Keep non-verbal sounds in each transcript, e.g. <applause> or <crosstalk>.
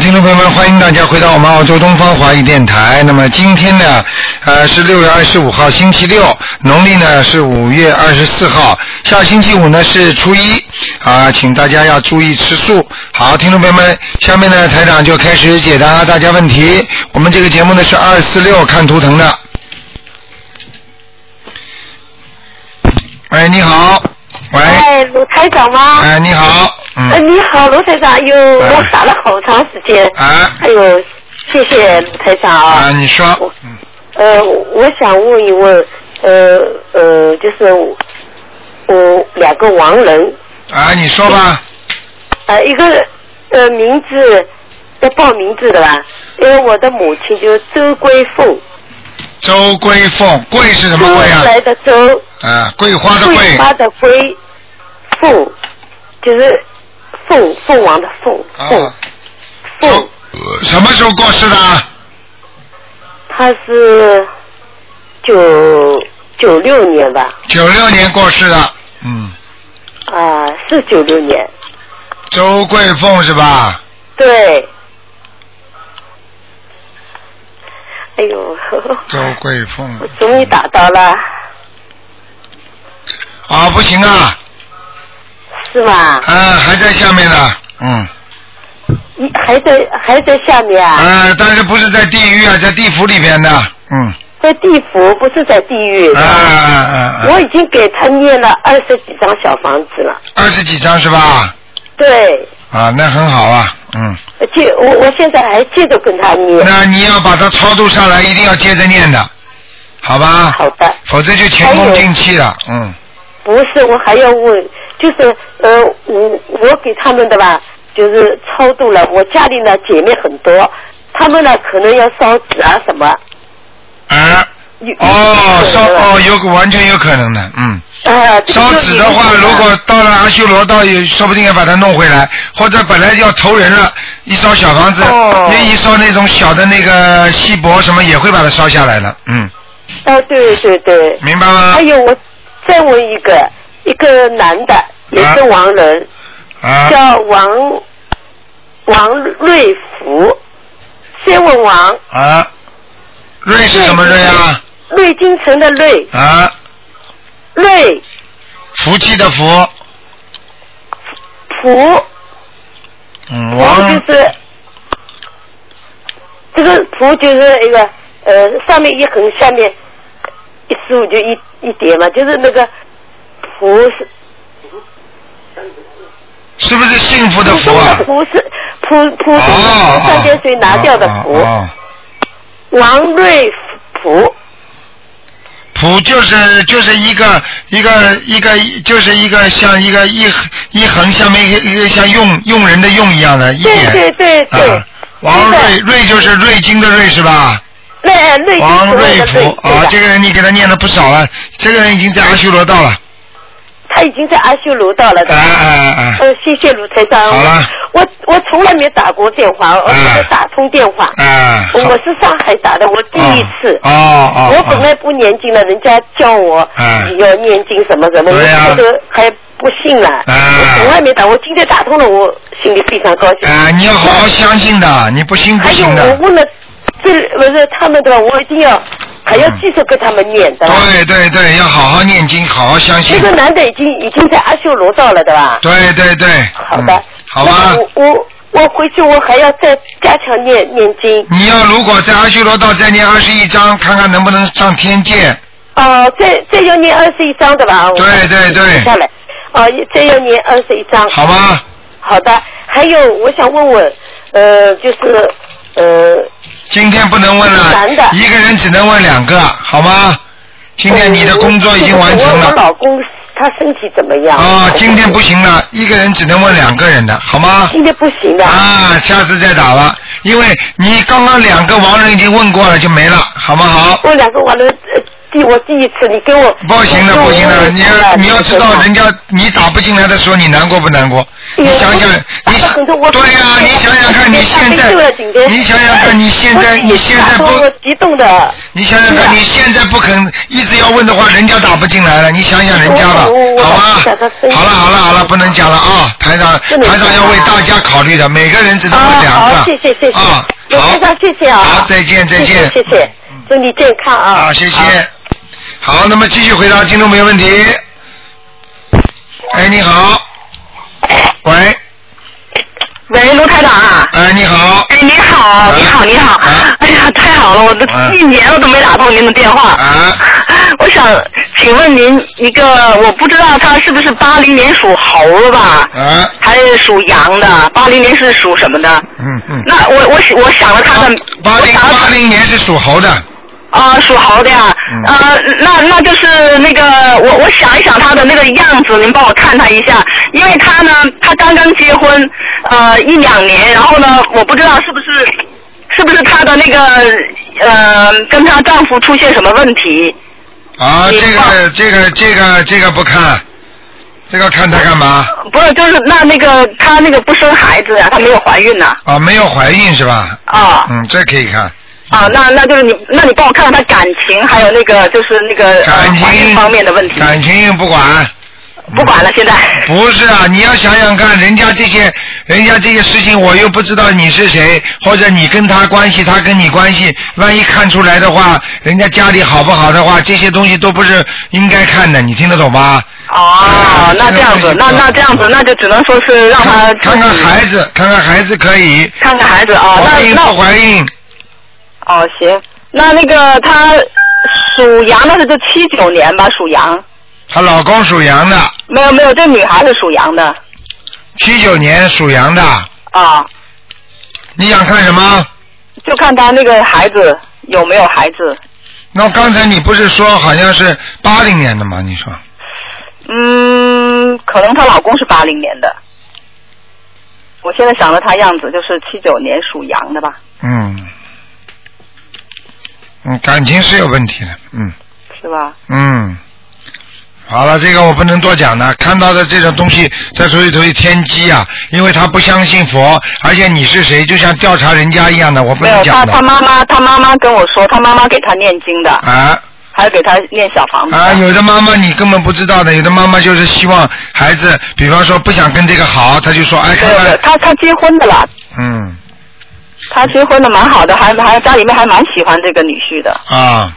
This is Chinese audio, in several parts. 听众朋友们，欢迎大家回到我们澳洲东方华语电台。那么今天呢，呃，是六月二十五号，星期六，农历呢是五月二十四号，下星期五呢是初一啊，请大家要注意吃素。好，听众朋友们，下面呢台长就开始解答大家问题。我们这个节目呢是二四六看图腾的。哎喂，你好，喂，哎，卢台长吗？哎，你好，嗯，呃，你好，卢台长，哟，哎我打了好长时间。啊哎呦，谢谢卢台长啊，啊。你说，嗯。呃，我想问一问，呃呃，就是我我两个亡人，啊，你说吧，呃，一个呃名字要报名字的吧，因为我的母亲就是周桂凤，周桂凤，桂是什周么桂啊？来的周，啊，桂花的桂桂。花的桂，凤就是凤凤凰的凤凤啊，凤。周呃什么时候过世的啊？他是九九六年吧，九六年过世的。嗯，啊、是九六年，周桂凤是吧？对。哎呦， <laughs> 周桂凤我。终于打到了，啊，不行啊，是吗？啊，还在下面呢。嗯，你嗯还在还在下面啊？啊，但是不是在地狱啊，在地府里边的。嗯，在地府不是在地狱。啊啊啊我啊！已经给他念了二十几张小房子了，二十几张是吧？对，啊，那很好啊。嗯，接呃我我现在还接着跟他念。那你要把它超度上来，一定要接着念的，好吧？好的。否则就前功尽弃了。嗯，不是，我还要问，就是呃，我我给他们的吧，就是超度了。我家里呢姐妹很多，他们呢可能要烧纸啊什么。啊，有哦，烧。哦有，有完全有可能的，嗯。可能啊，这个烧就是纸的话，有可能如果到了阿修罗道，也说不定要把它弄回来，或者本来要投人了，一烧小房子，哦愿意烧那种小的那个锡箔什么，也会把它烧下来了，嗯，哎，对对对。明白吗还？有我再问一个，一个男的也是王人，啊，叫王王瑞福，先问王啊，瑞是什么瑞啊？瑞金城的瑞啊，瑞福气的福，福。嗯，然后王就是这个图就是一个呃上面一横，下面一十五就一一叠嘛，就是那个图是是不是幸福的图福中啊的？图是普普通哦的哦，三点水拿掉的哦福，哦王瑞福，普就是就是一个一个一个就是一个像一个一横一横下面一个一个像用用人的用一样的一对点。对对对啊，，王瑞是的瑞就是瑞金的瑞是吧？那瑞王瑞瑞福啊，这个人你给他念了不少了，这个人已经在阿修罗道了。他已经在阿修罗道了的。啊啊啊！呃，谢谢卢台长。好了我我从来没打过电话，我没有打通电话。啊，我好是上海打的，我第一次。哦哦哦。我本来不念经了，人家叫我啊要念经什么什么，对啊呀我都还不信了。我从来没打，我今天打通了，我心里非常高兴。啊，你要好好相信的，你不信啊不还有行我的。问了，这不是他们的，我一定要还要继续跟他们念的。嗯对对对，要好好念经，好好相信那。个男的已经已经在阿修罗道了，对吧？对对对。好的嗯。好那。吧我我我回去我还要再加强念念经。你要如果在阿修罗道再念二十一章，看看能不能上天界。哦，这这要念二十一章的吧？我对对对记下来。哦，这要念二十一章。好吗？好的，还有我想问问，呃，就是呃，今天不能问男的了，一个人只能问两个，好吗？今天你的工作已经完成呃我我了。老公他身体怎么样？啊，今天不。行了，一个人只能问两个人的，好吗？今天不行的。啊，下次再打吧，因为你刚刚两个亡人已经问过了，就没了，好不好？我两个完了，呃第我第一次你给我不行的，给我不行的，问你一下要你要知道这，个人家你打不进来的时候，你难过不难过？哎你呀想想我，你想我我对呀、我你想想看，你现我我在，你想哎想看，你现在，我你现我在不，激动的，啊你想想看，你现在不肯一直要问的话，人家打不进来了。你想想人家吧我我，我好吧想他？分析好了好了好了，不能讲了啊！台长，不能台长讲要为了大家考虑的，每个人只能问两啊个。好，谢谢谢谢，啊，罗先好生，谢谢啊，好再见再见谢谢谢谢，祝你健康啊，好，谢谢。好，那么继续回答听众朋友问题。哎，你好。喂，喂，卢台长啊！哎，你好。哎，你好，你好，你好啊！哎呀，太好了，我都啊一年了都没打通您的电话。啊， <laughs> 我想请问您一个，我不知道他是不是八零年属猴的吧，啊，还是属羊的？八零年是属什么的？嗯嗯。那我我我想了他的，八我零想了八零年是属猴的，啊、属猴的呀、啊嗯那那就是那个我我想一想他的那个样子，您帮我看他一下，因为他呢，他刚刚结婚，呃，一两年，然后呢，我不知道是不是是不是他的那个呃，跟她丈夫出现什么问题？啊，你这个这个这个这个不看，这个看它干嘛？不是，就是那那个她那个不生孩子呀、她没有怀孕呢、啊，没有怀孕是吧？啊。嗯，这可以看。啊，那那就是你，那你帮我看看她感情，还有那个就是那个呃感怀情孕方面的问题，感情不管。嗯不管了，现在。不是啊，你要想想看，人家这些，人家这些事情，我又不知道你是谁，或者你跟他关系，他跟你关系，万一看出来的话，人家家里好不好的话，这些东西都不是应该看的，你听得懂吗？啊哦，那这样子，那那这样子，那就只能说是让他看看看孩子，看看孩子可以，看看孩子哦，怀那孕那不怀孕，哦行，那那个他属羊的是就七九年吧，属羊，她老公属羊的，没有没有，这女孩是属羊的七九年属羊的，啊，你想看什么？就看他那个孩子有没有孩子，那刚才你不是说好像是八零年的吗？你说嗯，可能她老公是八零年的，我现在想着她样子就是七九年属羊的吧，嗯，嗯，感情是有问题的，嗯是吧？嗯。好了，这个我不能多讲了。看到的这种东西，这属于属于天机啊，因为他不相信佛，而且你是谁，就像调查人家一样的，我不没有，能她讲她的。妈妈，她妈妈跟我说，她妈妈给她念经的，啊还给她念小房子。啊，有的妈妈你根本不知道的，有的妈妈就是希望孩子，比方说不想跟这个好，他就说哎，看对对，看，他他结婚的了，嗯他结婚的蛮好的，还还家里面还蛮喜欢这个女婿的，啊，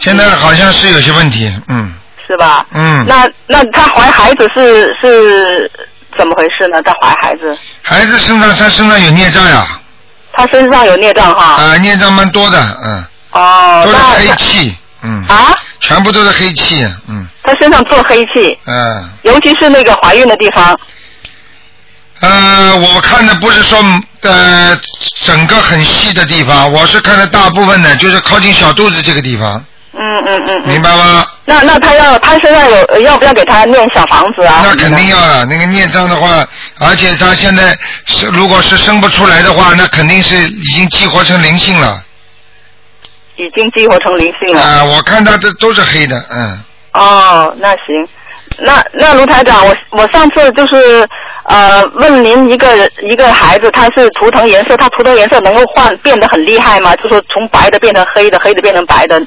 现在好像是有些问题，嗯是吧？嗯。那那她怀孩子是是怎么回事呢？她怀孩子，孩子身上他身上有孽障呀，她身上有孽障哈。啊，孽障蛮多的，嗯。哦，都是那黑那气，嗯，啊，全部都是黑气，嗯她身上做黑气，嗯尤其是那个怀孕的地方。呃，我看的不是说呃整个很细的地方，我是看的大部分的，就是靠近小肚子这个地方，嗯嗯嗯明嗯。白吗？那那她要她身上有呃要不要给她念小房子啊？那肯定要了，那个孽障的话，而且他现在是如果是生不出来的话，那肯定是已经激活成灵性了。已经激活成灵性了。啊、我看他这都是黑的，嗯，哦，那行，那那卢台长，我我上次就是呃问您一个人一个孩子，他是图腾颜色，他图腾颜色能够换变得很厉害吗？就说从白的变成黑的，黑的变成白的。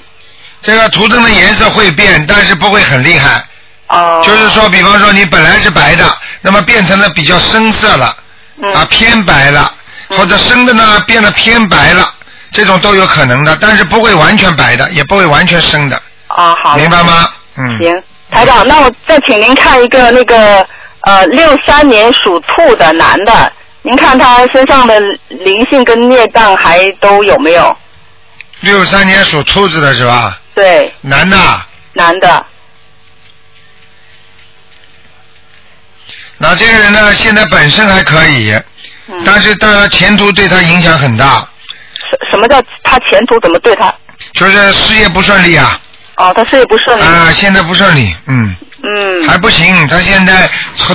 这个图腾的颜色会变，但是不会很厉害。哦、就是，说，比方说你本来是白的，那么变成了比较深色了，嗯、啊偏白了，或者深的呢变得偏白了，这种都有可能的，但是不会完全白的，也不会完全深的，啊，好的，明白吗？嗯，行，台长，那我再请您看一个那个呃六三年属兔的男的，您看他身上的灵性跟孽障还都有没有？六三年属兔子的是吧？对，男的啊，男的，那这个人呢，现在本身还可以，嗯，但是当然前途对他影响很大，什什么叫他前途怎么对他？就是事业不顺利啊，哦，他事业不顺利。啊，现在不顺利，嗯。嗯，还不行，他现在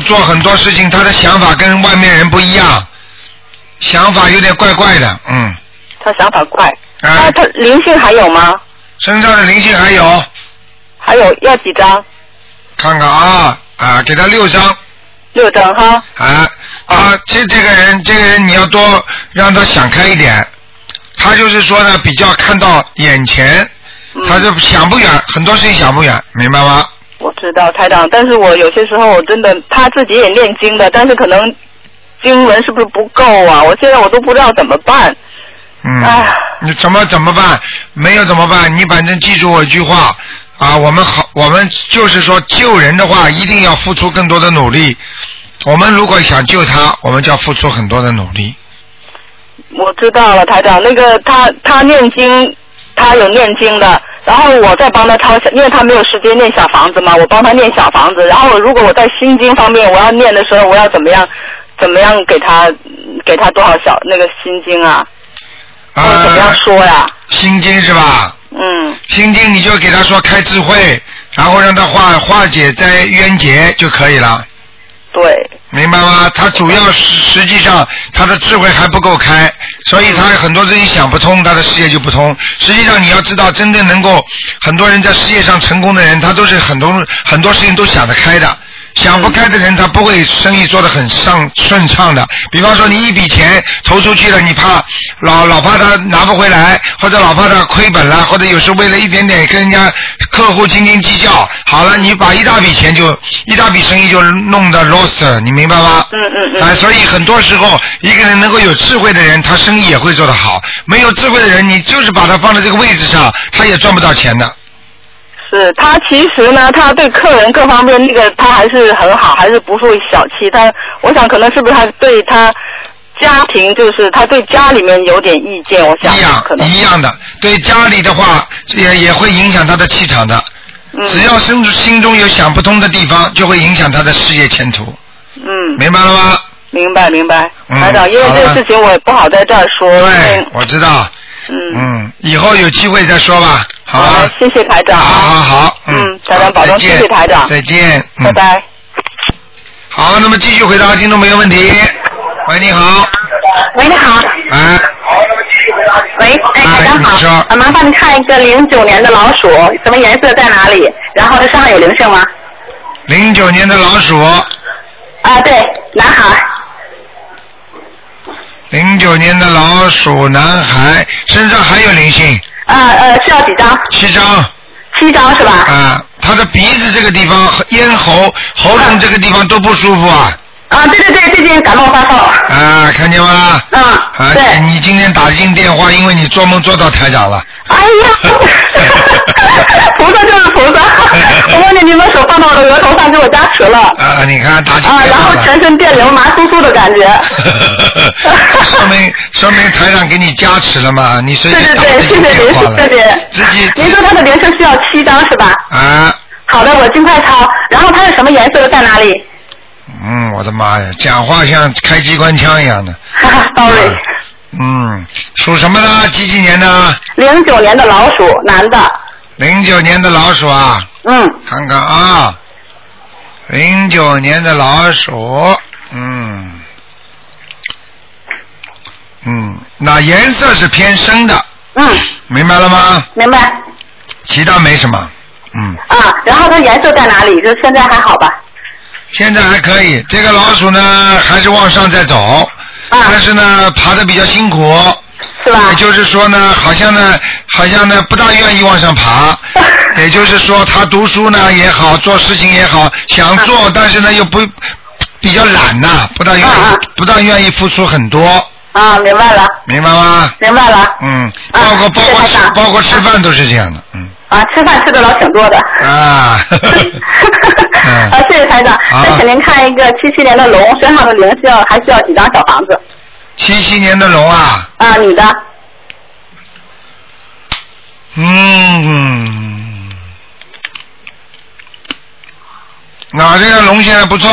做很多事情，他的想法跟外面人不一样，想法有点怪怪的，嗯，他想法怪。啊那，他灵性还有吗？身上的灵性还有，还有要几张？看看啊啊，给他六张六张哈。哦啊啊，这这个人这个人你要多让他想开一点，他就是说呢比较看到眼前，嗯他是想不远，很多事情想不远，明白吗？我知道台长，但是我有些时候我真的他自己也念经的，但是可能经文是不是不够啊？我现在我都不知道怎么办。嗯哎，你怎么怎么办？没有怎么办？你反正记住我一句话啊，我们好，我们就是说救人的话，一定要付出更多的努力。我们如果想救他，我们就要付出很多的努力。我知道了，台长，那个他他念经，他有念经的，然后我再帮他抄小，因为他没有时间念小房子嘛，我帮他念小房子。然后如果我在心经方面我要念的时候，我要怎么样，怎么样给他给他多少小那个心经啊？或啊、者怎么样说呀？心经是吧？嗯，心经你就给他说开智慧，然后让他化化解在冤结就可以了，对，明白吗？他主要实实际上他的智慧还不够开，所以他很多东西想不通，他的事业就不通。实际上你要知道，真正能够很多人在事业上成功的人，他都是很多很多事情都想得开的。想不开的人，他不会生意做得很上顺畅的。比方说，你一笔钱投出去了，你怕老老怕他拿不回来，或者老怕他亏本了，或者有时候为了一点点跟人家客户斤斤计较，好了，你把一大笔钱就一大笔生意就弄得 lost 了，你明白吗？嗯嗯嗯啊，所以很多时候，一个人能够有智慧的人，他生意也会做得好；没有智慧的人，你就是把他放在这个位置上，他也赚不到钱的。是他其实呢，他对客人各方面那个他还是很好，还是不会小气。他我想可能是不是他对他家庭，就是他对家里面有点意见，我想一样可能一样的，对家里的话也也会影响他的气场的。嗯只要心心中有想不通的地方，就会影响他的事业前途，嗯，明白了吗？明白明白，嗯台长，因为好这了个事情我也不好在这儿说，因对为，我知道。嗯，嗯，以后有机会再说吧，好吧？谢谢台长好好啊，好，嗯台长保重再见谢谢台长再见，嗯拜。拜。好，那么继续回答听众朋友问题。喂，你好，喂，你好。哎，喂，哎，台长哎你说好，啊麻烦你看一个零九年的老鼠，什么颜色在哪里？然后它身上有灵性吗？零九年的老鼠，啊，对，男孩，零九年的老鼠男孩身上还有灵性，啊呃，需要几张？七张。七张是吧？啊，他的鼻子这个地方、和咽喉、喉咙这个地方都不舒服啊！啊，对对对，最近感冒发烧。啊，看见吗？哦嗯啊，，对。你你今天打进电话，因为你做梦做到台 <laughs> 长了。哎呀， <laughs> 菩萨就是菩 <laughs> 萨，我梦见您把手放到我的额头上，给我加持了，啊，你看打进啊，电然话后了。全身电流，麻酥酥的感 <laughs> 觉。说明说明台长给你加持了嘛？你随对对对，便打这谢谢进电话您，了，谢谢。自己您说他的铃声需要七张是吧？啊，好的，我尽快抄。然后它是什么颜色的，在哪里？嗯，我的妈呀，讲话像开机关枪一 <laughs> 样的。哈哈，sorry，嗯，属什么呢？几几年呢？零九年的老鼠，男的。零九年的老鼠啊。嗯，看看啊，零九年的老鼠，嗯，嗯，那颜色是偏深的，嗯，明白了吗？明白。其他没什么，嗯，啊，然后它颜色在哪里？就现在还好吧？现在还可以。这个老鼠呢，还是往上在走，啊但，是呢，爬的比较辛苦，是吧也？就是说呢，好像呢，好像呢，不大愿意往上 <laughs> 爬。也就是说，他读书呢也好，做事情也好，想做，但是呢又不比较懒呐、不大愿啊意啊，不大愿意付出很多，啊，明白了，明白吗？明白了。嗯，啊包括包括谢谢吃台长包括吃饭都是这样的，嗯啊，吃饭吃的老挺多的。 <laughs> 啊， <laughs> 嗯啊，谢谢台长。好再请您看一个七七年的龙身上的灵性，还需要几张小房子？七七年的龙啊，啊，女的。嗯，啊，这个龙现在不错，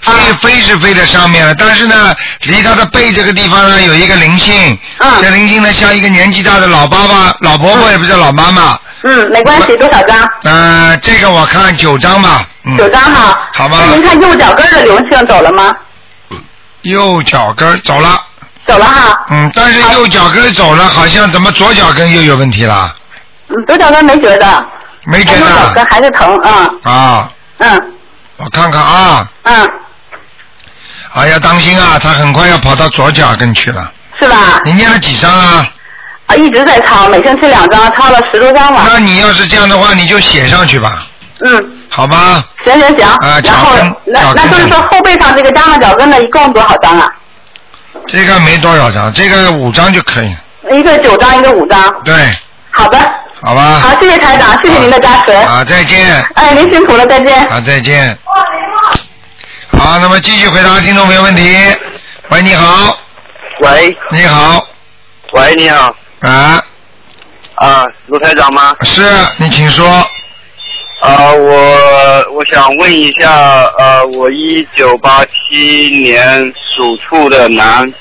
飞、啊飞是飞在上面了，但是呢，离它的背这个地方呢有一个灵性，嗯这灵性呢像一个年纪大的老爸爸、老伯伯，也不是老妈妈，啊嗯，没关系，多少张？呃，这个我看九张吧，嗯，九张啊哈。好吧那您看右脚跟儿的灵性走了吗？右脚跟儿走了，走了哈。嗯，但是右脚跟儿走了，好像怎么左脚跟又有问题了？嗯，左脚跟没觉得。没啊还给有老哥呢。还是疼，嗯啊，嗯我看看啊，嗯，啊要当心啊，他很快要跑到左脚跟去了。是吧？你念了几张啊？啊，一直在抄，每星期两张，抄了十多张吧。那你要是这样的话，你就写上去吧，嗯，好吧？行行行。啊然后脚跟那脚跟那就是说后背上这个加上脚跟的一共多少张啊？这个没多少张，这个五张就可以。一个九张，一个五张。对，好的，好吧？好，谢谢台长，谢谢您的加持。啊，再见。哎，您辛苦了，再见。好，再见。好，那么继续回答听众朋友问题。喂，你好，喂，你好，喂，你好，啊，啊，卢台长吗？是你请说，啊，我我想问一下，呃，我一九八七年属兔的男，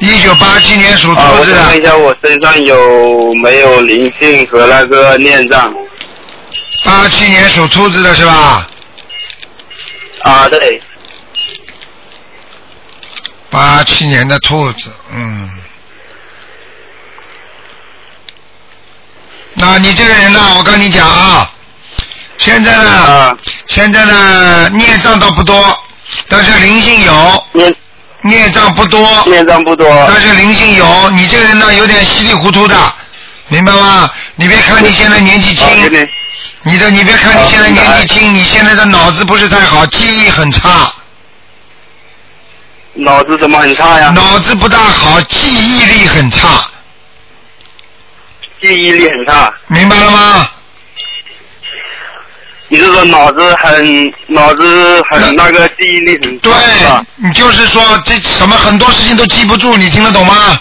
一九八七年属啊，兔我子想问一的，下我身上有没有灵性和那个孽障？八七年属兔子的是吧？啊，对，八七年的兔子，嗯。那你这个人呢？我跟你讲啊，现在呢，啊，现在呢，孽障倒不多，但是灵性有，孽孽障不多，孽障不多，但是灵性有，你这个人呢有点稀里糊涂的，明白吗？你别看你现在年纪轻啊，，有点你的你别看你现在年纪轻，你现在的脑子不是太好，记忆很差，脑子怎么很差呀？脑子不大好，记忆力很差，记忆力很差。明白了吗？你是说脑子很脑子很那个记忆力很差对是吧？，你就是说这什么很多事情都记不住，你听得懂吗？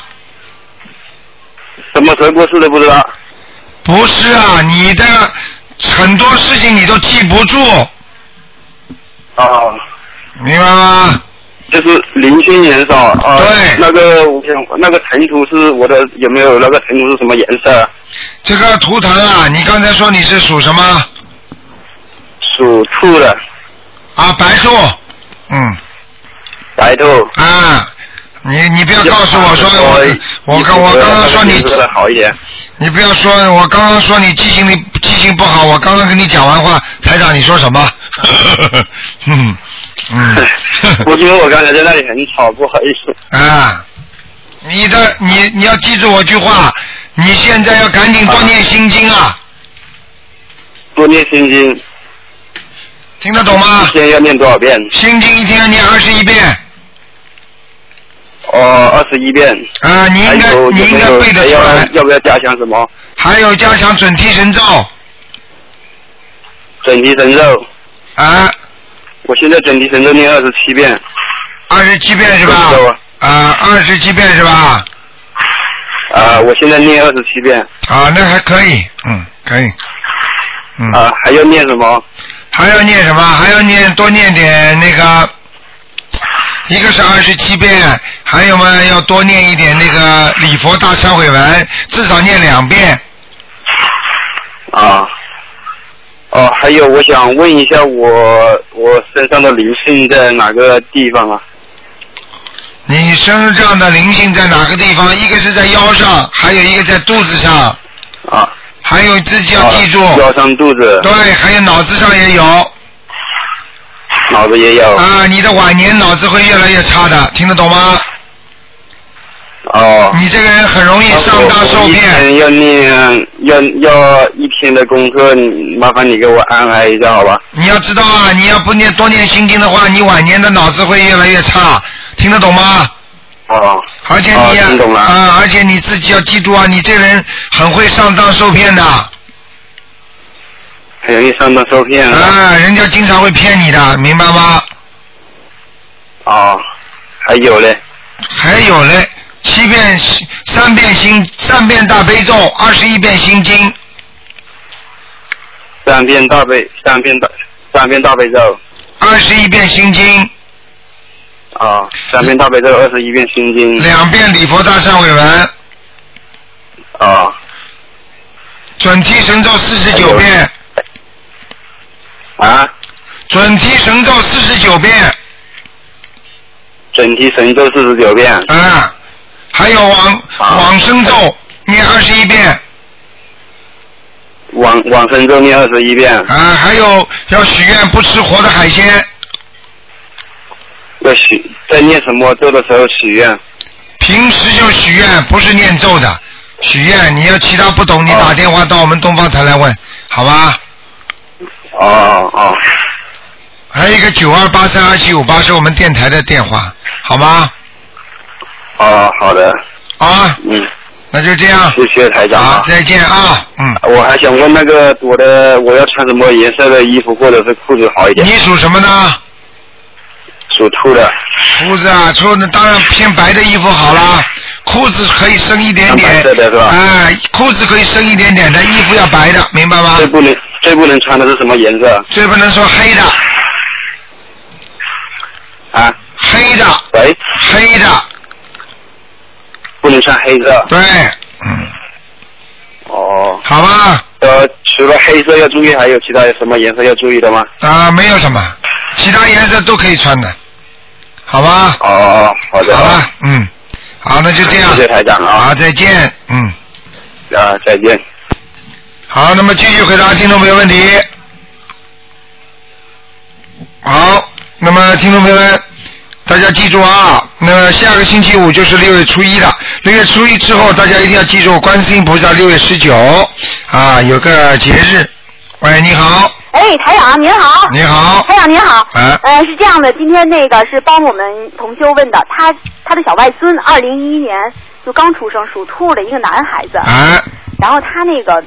什么时候过世的不知道？不是啊，你的很多事情你都记不住，啊，明白吗？就是零星颜色啊。对那个我想，那个尘土是我的有没有那个尘土是什么颜色？这个图腾啊，你刚才说你是属什么属兔的，啊？白兔，嗯。白兔。啊，你你不要告诉我说我我刚我刚哎刚说你说的好一点。，你不要说我刚刚说你记性力记性不好，我刚刚跟你讲完话，台长你说什么？ <laughs> 嗯嗯我因为我刚才在那里很吵，不好意思。啊，你的你你要记住我句话，你现在要赶紧多念心经啊，多念心经，听得懂吗一？天要念多少遍？心经一天要念二十一遍哦，二十一遍。啊，你应还该有你有应没该有背得还出要来。要不要加强什么还有加强准提神咒整体神咒？啊，我现在整体神咒念二十七遍，二十七遍是吧准提咒啊？啊，二十七遍是吧？啊、我现在念二十七遍，啊，那还可以，嗯，可以，嗯，啊、还要念什么？还要念什么？还要念多念点那个，一个是二十七遍，还有嘛要多念一点那个礼佛大忏悔文，至少念两遍。啊，哦，还有我想问一下我我身上的灵性在哪个地方啊？你身上的灵性在哪个地方？一个是在腰上，还有一个在肚子上，啊，还有自己要啊记住，腰上、肚子、对，还有脑子上也有脑子也有。啊。你的晚年脑子会越来越差的，听得懂吗？哦。你这个人很容易那我上当受啊我一骗。天要念要要一天的功课，你麻烦你给我安排一下好吧？你要知道啊，你要不念多念心经的话，你晚年的脑子会越来越差，听得懂吗？哦，而且你哦听懂了啊、而且你自己要记住啊，你这人很会上当受骗的，啊、很容易上当受骗啊。人家经常会骗你的，明白吗？啊哦，还有嘞，还有嘞，七遍心三遍心三遍大悲咒，二十一遍心经，三遍大悲，三遍大，三遍大悲咒。二十一遍心经，啊、三遍大悲咒，二十一遍心经。两遍礼佛大忏悔文，啊、准提神咒四十还九有遍，啊，准提神咒四十九遍。整体神咒四十九遍，啊，还有往啊往生咒念二十一遍，往往生咒念二十一遍，啊，还有要许愿不吃活的海鲜，要许在念什么咒的时候许愿。平时就许愿，不是念咒的。许愿，你要其他不懂，你哦打电话到我们东方台来问，好吧？哦哦，还有一个九二八三二七五八是我们电台的电话，好吗？哦，好的，啊，嗯，那就这样，谢谢台长好啊，。再见啊，嗯。我还想问那个我的我要穿什么颜色的衣服或者是裤子好一点？你属什么呢？属兔的，裤子啊，穿的当然偏白的衣服好啦，裤子可以深一点点穿白色的是，吧哎、裤子可以深一点点的，衣服要白的，明白吗最？不能最不能穿的是什么颜色最不能说黑的，啊？黑的，喂，黑的，不能穿黑色。对，嗯，哦，好吧，呃，除了黑色要注意，还有其他什么颜色要注意的吗？啊，没有什么，其他颜色都可以穿的，好吧？哦哦，哦好的，好了，嗯，好，那就这样谢，谢台长啊，好，再见，嗯，啊，再见。好，那么继续回答听众朋友问题。好，那么听众朋友们，大家记住啊，那么下个星期五就是六月初一了。六月初一之后，大家一定要记住，观世音菩萨六月十九啊有个节日。喂，你好，哎，台长您好，你好，台长您好，哎呃，是这样的，今天那个是帮我们同修问的，他他的小外孙，二零一一年就刚出生，属兔的一个男孩子，哎然后他那个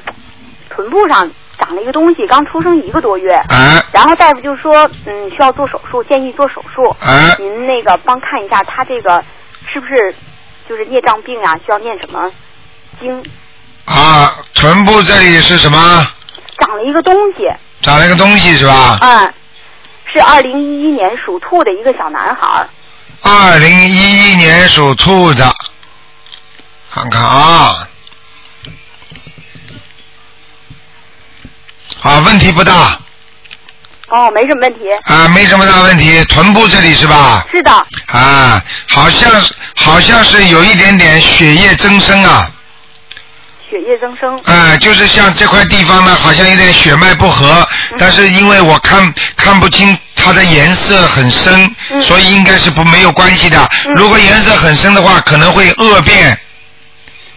臀部上长了一个东西，刚出生一个多月，哎然后大夫就说，嗯，需要做手术，建议做手术，哎，您那个帮看一下他这个是不是就是孽障病啊，需要念什么经？啊，臀部这里是什么？长了一个东西，长了一个东西是吧？嗯，是二零一一年属兔的一个小男孩儿。二零一一年属兔的，看看啊。啊，问题不大啊、哦，没什么问题。没什么大问题。臀部这里是吧？是的， <laughs> 啊，好像是好像是有一点点血液增生啊，血液增生。啊，就是像这块地方呢，好像有点血脉不和，嗯但是因为我看看不清它的颜色很深，嗯所以应该是不没有关系的。嗯如果颜色很深的话，可能会恶变。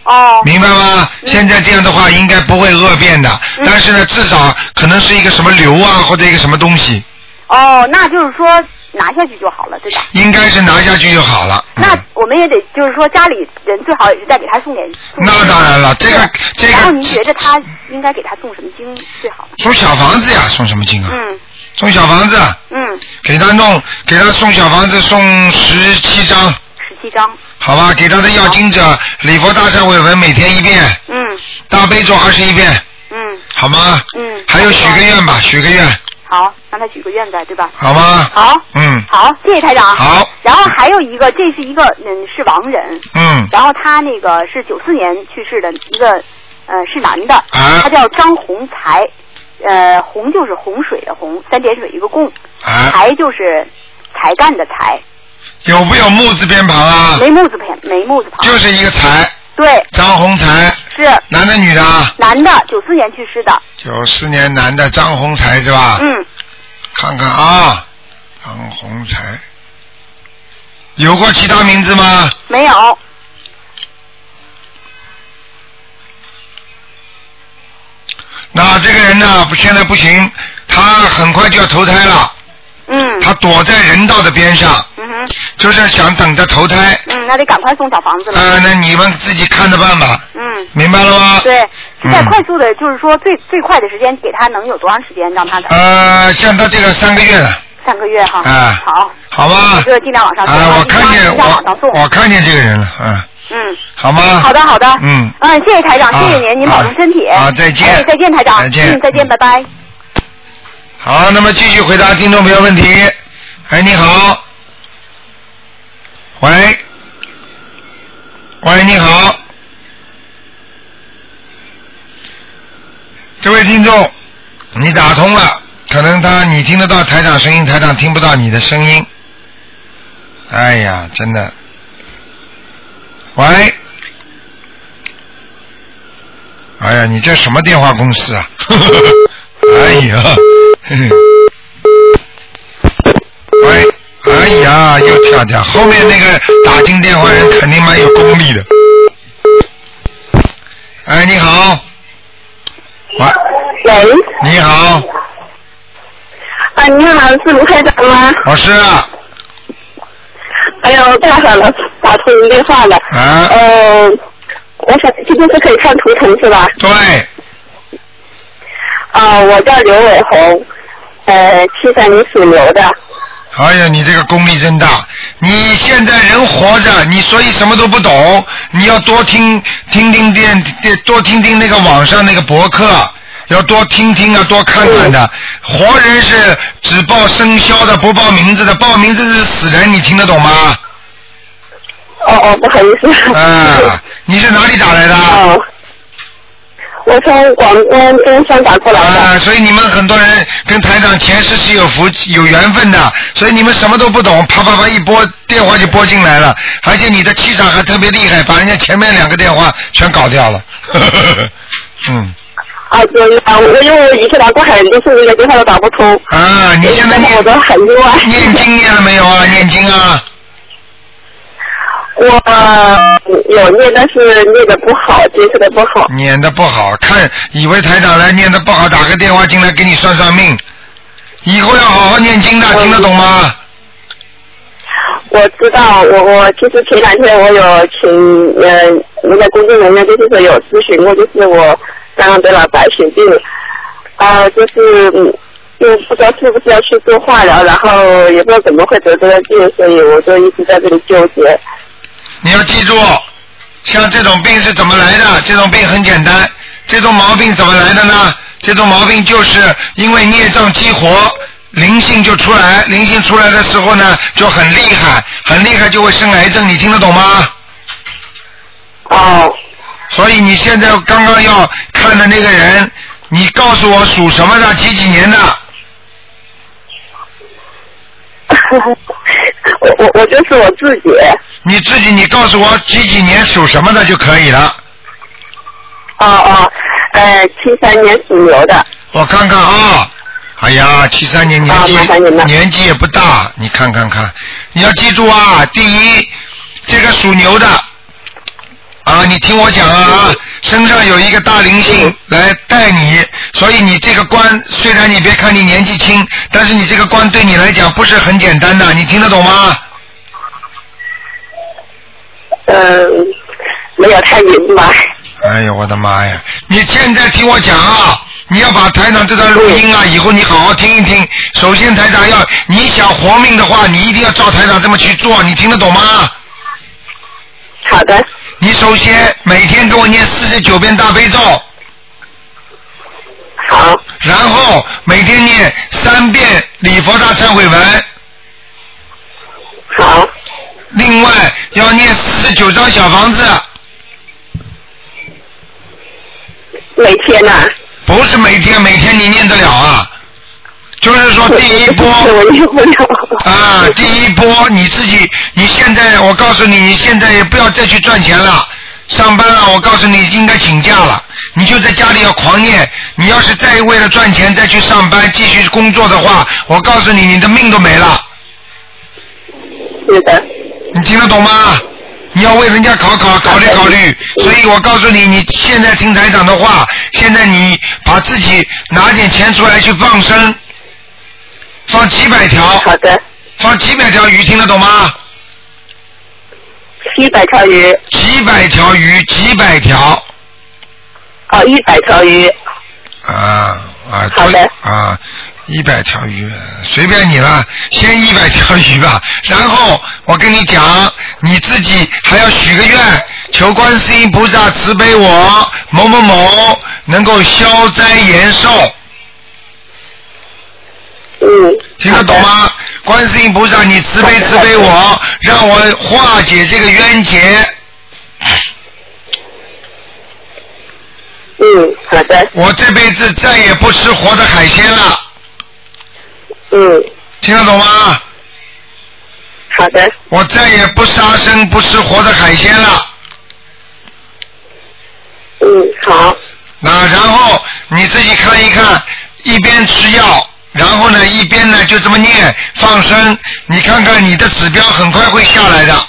哦，明白吗？现在这样的话应该不会恶变的，嗯但是呢，至少可能是一个什么瘤啊，或者一个什么东西，哦，那就是说拿下去就好了，对吧？应该是拿下去就好了。嗯那我们也得就是说家里人最好也是再给他送点。送那当然了，这个这然后您觉个得他应该给他送什么经最好？送小房子呀，送什么经啊？嗯送小房子，啊嗯，给他弄，给他送小房子，送十七张，十七章。好吧？给他的要经者，礼佛大忏悔文每天一遍，嗯大悲咒二十一遍，嗯好吗？嗯。还有许个好愿吧，许个愿，好，让他许个愿再对吧？好吗？好，嗯，好，谢谢台长。好，然后还有一个，这是一个嗯，是亡人，嗯，然后他那个是九四年去世的一个，呃，是男的，啊他叫张洪才，呃，洪就是洪水的洪，三点水一个共，啊。才就是才干的才，有没有木字边旁啊？梅木字旁，梅木字旁，就是一个财，对，张红财，是男的啊女的啊？男的，九四年去世的，九四年男的张红财是吧？嗯，看看啊，张红财，有过其他名字吗？没有，那这个人呢，不现在不行，他很快就要投胎了，嗯，他躲在人道的边上，嗯哼，就是想等着投胎。嗯，那得赶快送小房子了，呃，那你们自己看着办吧，嗯。明白了吗？对，是在嗯快速的，就是说最最快的时间，给他能有多长时间让他呃，像他这个三个月了，三个月哈？啊好，好吧？这个尽量往上送，啊，我尽看量见尽量往上我送。我看见这个人了，嗯，嗯，好吗？好的好的，嗯嗯，谢谢台长，啊谢谢您，您保重身体。啊再见哎再见台长，再见嗯，再见，拜拜。好，那么继续回答听众朋友问题。哎，你好，喂，喂，你好，这位听众，你打通了，可能他你听得到台长声音，台长听不到你的声音。哎呀，真的。喂，喂，哎呀，你这什么电话公司啊？ <laughs> 哎呀，嗯喂，哎呀，又跳掉，后面那个打进电话人肯定蛮有功力的。哎，你好，喂，喂，你好，啊，你好，是卢台长吗？我是啊，哎呦，太好了，打通您电话了。啊呃，我想今天是可以看图腾是吧？对，啊、我叫刘伟红，呃，七三年属牛的。哎呀，你这个功力真大！你现在人活着，你所以什么都不懂，你要多听听听电，电多听听那个网上那个博客，要多听听啊，多看看的。活人是只报生肖的，不报名字的，报名字是死人，你听得懂吗？哦哦，不好意 <laughs> 思。啊，你是哪里打来的？哦，我从广东中山打过来的。啊，所以你们很多人跟台长前世是有福气有缘分的，所以你们什么都不懂，啪啪啪一拨电话就拨进来了，而且你的气场还特别厉害，把人家前面两个电话全搞掉了。 <laughs> 嗯，啊，对啊，我因为我以前打过很多次那个电话都打不通。啊，你现在我念都很意外。念经念了没有啊？念经啊？我有念，但是念的不好，接触的不好。念的不好，看以为台长来念的不好，打个电话进来给你算算命。以后要好好念经的，嗯听得懂吗？ <laughs> 我知道，我我其实前两天我有请呃那个工作人员，就是说有咨询过，就是我刚刚得了白血病，啊、就是嗯，就不知道是不是要去做化疗，然后也不知道怎么会得这个病，所以我就一直在这里纠结。你要记住，像这种病是怎么来的？这种病很简单，这种毛病怎么来的呢？这种毛病就是因为孽障激活，灵性就出来，灵性出来的时候呢，就很厉害，很厉害就会生癌症，你听得懂吗？哦，所以你现在刚刚要看的那个人，你告诉我属什么的，几几年的？ <laughs> 我我我就是我自己，你自己你告诉我几几年属什么的就可以了。哦哦，呃，七三年属牛的，我看看啊，哎呀，七三年年纪、啊麻烦您了年纪也不大，你看看看，你要记住啊，第一，这个属牛的啊，你听我讲啊，身上有一个大灵性来带你，所以你这个关，虽然你别看你年纪轻，但是你这个关对你来讲不是很简单的，你听得懂吗？呃嗯、没有太明白。哎呦，我的妈呀！你现在听我讲啊，你要把台长这段录音嗯啊，以后你好好听一听。首先，台长要你想活命的话，你一定要照台长这么去做，你听得懂吗？好的，你首先每天给我念四十九遍大悲咒，好，然后每天念三遍礼佛大忏悔文，好，另外要念四十九张小房子，每天啊呐、不是每天每天你念得了啊。就是说，第一波我念不了。啊，第一波你自己，你现在我告诉你，你现在也不要再去赚钱了，上班了，我告诉你应该请假了，你就在家里要狂念。你要是再为了赚钱再去上班继续工作的话，我告诉你，你的命都没了。是的，啊你听得懂吗？你要为人家考考考虑考虑，所以我告诉你，你现在听台长的话，现在你把自己拿点钱出来去放生，放几百条，好的。放几百条鱼，听得懂吗？一百条鱼，几百条鱼，几百条哦，一百条鱼，啊啊，好的多啊，一百条鱼，随便你了，先一百条鱼吧。然后我跟你讲，你自己还要许个愿，求观世音菩萨慈悲我某某某能够消灾延寿，嗯，听得懂吗？观世音菩萨，你慈悲慈悲我，让我化解这个冤结。嗯，好的，我这辈子再也不吃活的海鲜了，嗯，听得懂吗？好的，我再也不杀生、不吃活的海鲜了。嗯，好，然你自己看一看，一边吃药，然后呢一边呢就这么念放生，你看看你的指标很快会下来的。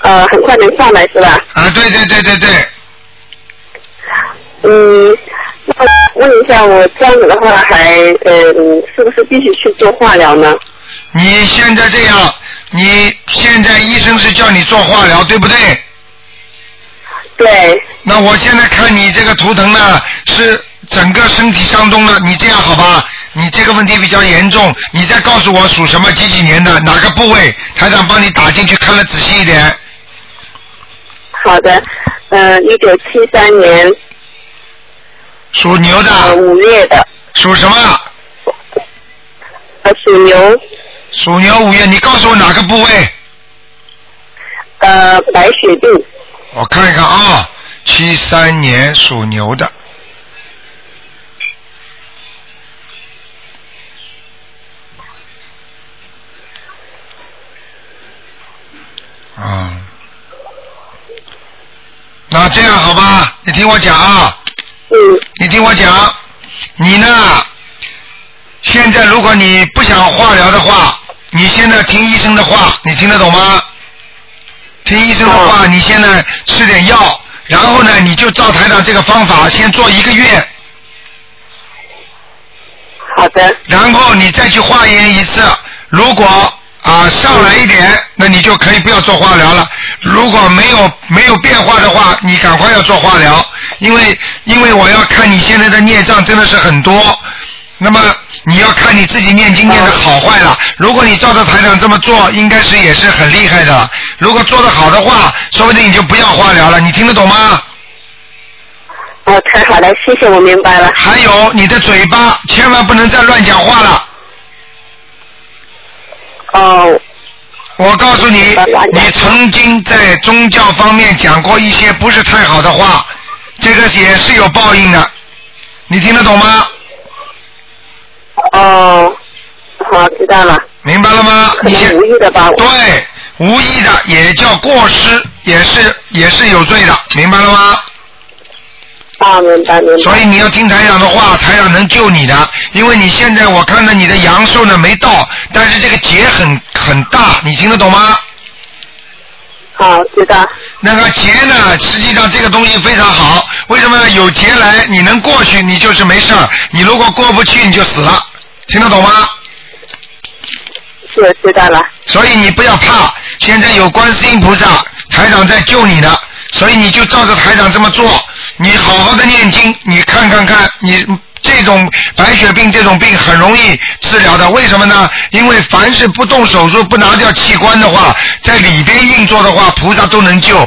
呃，很快能上来是吧？啊，对对对对对，嗯，那问一下，我这样子的话还，嗯，是不是必须去做化疗呢？你现在这样，你现在医生是叫你做化疗，对不对？对，那我现在看你这个图腾呢，是整个身体伤痛了。你这样好吧？你这个问题比较严重，你再告诉我属什么、几几年的、哪个部位，台长帮你打进去看得仔细一点。好的，呃嗯，一九七三年属牛呃的，五月的，属什么？呃属牛，属牛五月，你告诉我哪个部位？呃白血病，我看一看啊，七三年属牛的。啊，那这样好吧，你听我讲啊，嗯你听我讲，你呢，现在如果你不想化疗的话，你现在听医生的话，你听得懂吗？听医生的话，你现在吃点药，然后呢，你就照台长这个方法先做一个月，好的，然后你再去化验一次。如果啊上来一点，那你就可以不要做化疗了。如果没有没有变化的话，你赶快要做化疗，因为因为我要看你现在的孽障真的是很多。那么你要看你自己念经念的好坏了。如果你照着台长这么做，应该是也是很厉害的了。如果做得好的话，说不定你就不要化疗了。你听得懂吗？哦太好了，谢谢，我明白了，还有你的嘴巴千万不能再乱讲话了。哦哎我告诉你好的，你曾经在宗教方面讲过一些不是太好的话，这个也是有报应的。你听得懂吗？哦，好知道了，明白了吗？可你现能无意的吧，我对无意的也叫过失，也是也是有罪的，明白了吗？啊明白明所白，以你要听台长的话，台长能救你的。因为你现在我看到你的阳寿呢没到，但是这个劫很很大，你听得懂吗？好知道，那个劫呢，实际上这个东西非常好。为什么有劫来，你能过去，你就是没事儿；你如果过不去，你就死了。听得懂吗？是知道了，所以你不要怕，现在有观世音菩萨台长在救你呢，所以你就照着台长这么做，你好好的念经，你看看看，你这种白血病这种病很容易治疗的，为什么呢？因为凡是不动手术、不拿掉器官的话，在里边运作的话，菩萨都能救。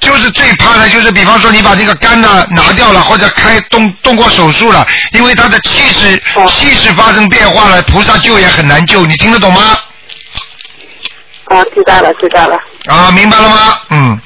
就是最怕的，就是比方说你把这个肝呢拿掉了，或者开动动过手术了，因为他的气质哦气质发生变化了，菩萨救也很难救，你听得懂吗？啊知道了知道了。啊，明白了吗？嗯，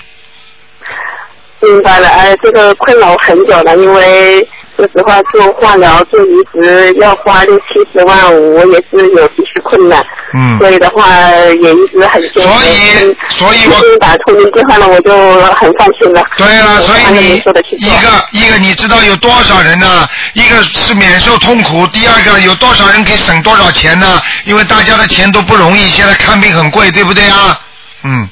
明白了，哎，这个困扰我很久了，因为说实话做化疗、做移植要花六七十万，我也是有一些困难。嗯所以的话也一直很坚持。所以所以今我天打通您电话了，我就很放心了。对了，我所以按照您你说的去做一个一个，你知道有多少人呢、一个是免受痛苦，第二个有多少人可以省多少钱呢？因为大家的钱都不容易，现在看病很贵，对不对啊？嗯，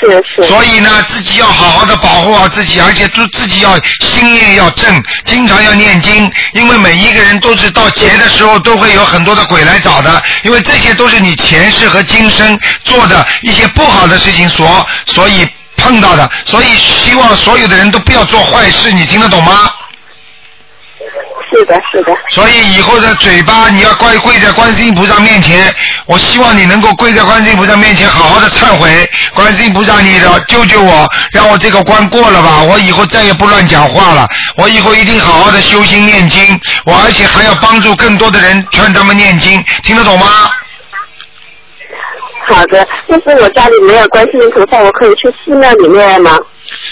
是是所以呢，自己要好好的保护好自己，而且自自己要心念要正，经常要念经，因为每一个人都是到劫的时候都会有很多的鬼来找的，因为这些都是你前世和今生做的一些不好的事情所所以碰到的，所以希望所有的人都不要做坏事，你听得懂吗？是的是的，所以以后的嘴巴你要跪跪在观世音菩萨面前，我希望你能够跪在观世音菩萨面前好好的忏悔，观世音菩萨，你的救救我，让我这个关过了嗯吧，我以后再也不乱讲话了，我以后一定好好的修心念经，我而且还要帮助更多的人劝他们念经，听得懂吗？好的。但是我家里没有观世音菩萨，我可以去寺庙里面吗？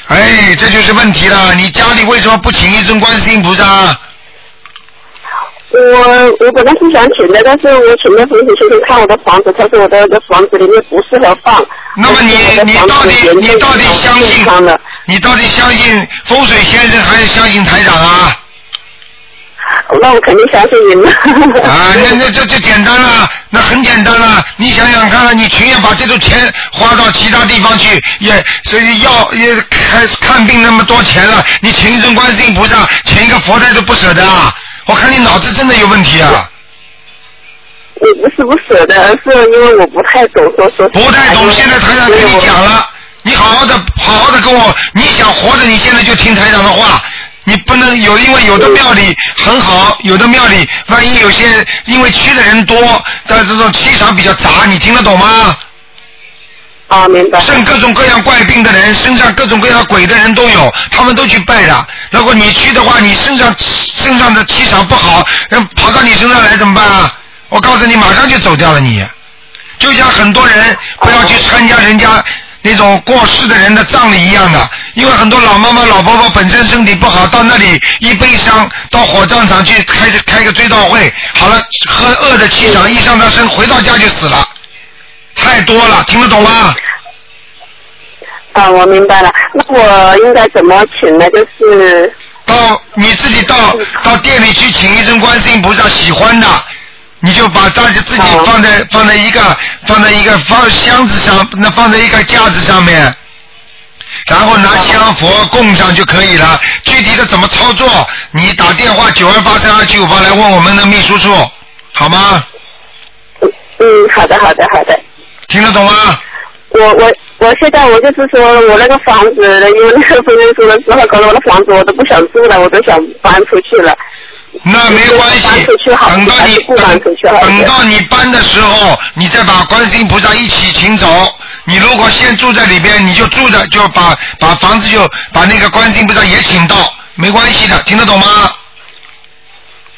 哎，这就是问题了，你家里为什么不请一尊观世音菩萨？我我本来是想请的，但是我请的同学先生看我的房子，他说我的我的房子里面不适合放。那么你我的你房到子底严重你到底影响相信健康的？你到底相信风水先生还是相信台长啊？那我肯定相信你们。啊，那那这这简单了，那很简单了。你想想看你情愿把这种钱花到其他地方去，也所以药也看看病那么多钱了，你请一尊观世音菩萨，请一个佛台都不舍得啊！我看你脑子真的有问题啊！我不是不舍得，而是因为我不太懂，说说不太懂，现在台长跟你讲了，你好好的好好的跟我，你想活着，你现在就听台长的话。你不能有，因为有的庙里很好，有的庙里万一有些因为去的人多，但这种气场比较杂，你听得懂吗？啊，明白。生各种各样怪病的人，身上各种各样的鬼的人都有，他们都去拜的。如果你去的话，你身上身上的气场不好，人跑到你身上来怎么办啊？我告诉你，马上就走掉了你。就像很多人不要去参加人家那种过世的人的葬礼一样的，因为很多老妈妈、老婆婆本身身体不好，到那里一悲伤，到火葬场去开开个追悼会，好了，喝饿的气场一上到身，回到家就死了，太多了，听得懂吗？啊，我明白了。那我应该怎么请呢？就是到你自己到到店里去请一尊观世音菩萨喜欢的，你就把大家自己好放在放在一个放在一个放箱子上，那放在一个架子上面，然后拿香佛供上就可以了。具体的怎么操作，你打电话九二八三二七五八来问我们的秘书处，好吗？嗯，好的，好的，好的。听得懂吗？我我我现在我就是说我那个房子，因为那个分分说了之后，搞得我的房子我都不想住了，我都想搬出去了。那没关系搬出去，好等到还你是不搬出去好等一点等到你搬的时候，你再把观世音菩萨一起请走。你如果先住在里边，你就住着，就把把房子就把那个观世音菩萨也请到，没关系的，听得懂吗？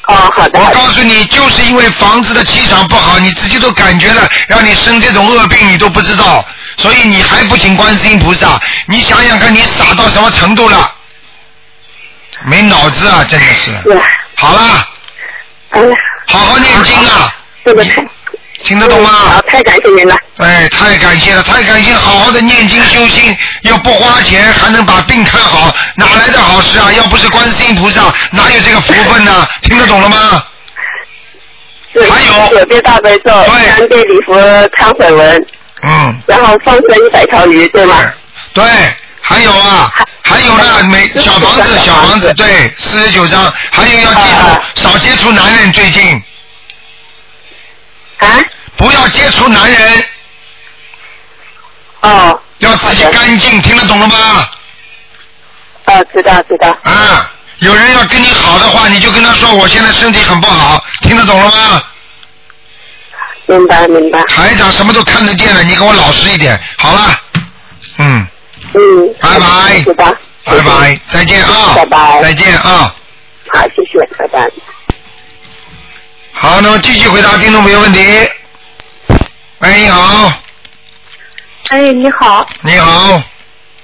哦，好的，我好的告诉你，就是因为房子的气场不好，你自己都感觉了，让你生这种恶病，你都不知道，所以你还不请观世音菩萨，你想想看，你傻到什么程度了？没脑子啊，真的是。是，好啦。哎呀，好好念经啊，这个太听得懂吗嗯好，？太感谢您了。哎，太感谢了，太感谢！好好的念经修心，又不花钱，还能把病看好，哪来的好事啊？要不是观世音菩萨，哪有这个福分呢、听得懂了吗？是还有九遍大悲咒，对三遍礼佛忏悔文，嗯，然后放生一百条鱼，对吗？对，还有啊，还有呢，每小房子，小房子，对，四十九章，还有要记啊住，少接触男人，最近啊？不要接触男人，哦，要自己好的干净，听得懂了吗？哦，知道知道，啊，有人要跟你好的话，你就跟他说我现在身体很不好，听得懂了吗？明白明白。台长什么都看得见了，你给我老实一点，好了。嗯，嗯，拜拜知道，拜拜，再见啊，拜拜再见啊。好，谢谢，拜拜。好，那么继续回答听众朋友问题。喂，你好，哎，你好，你好，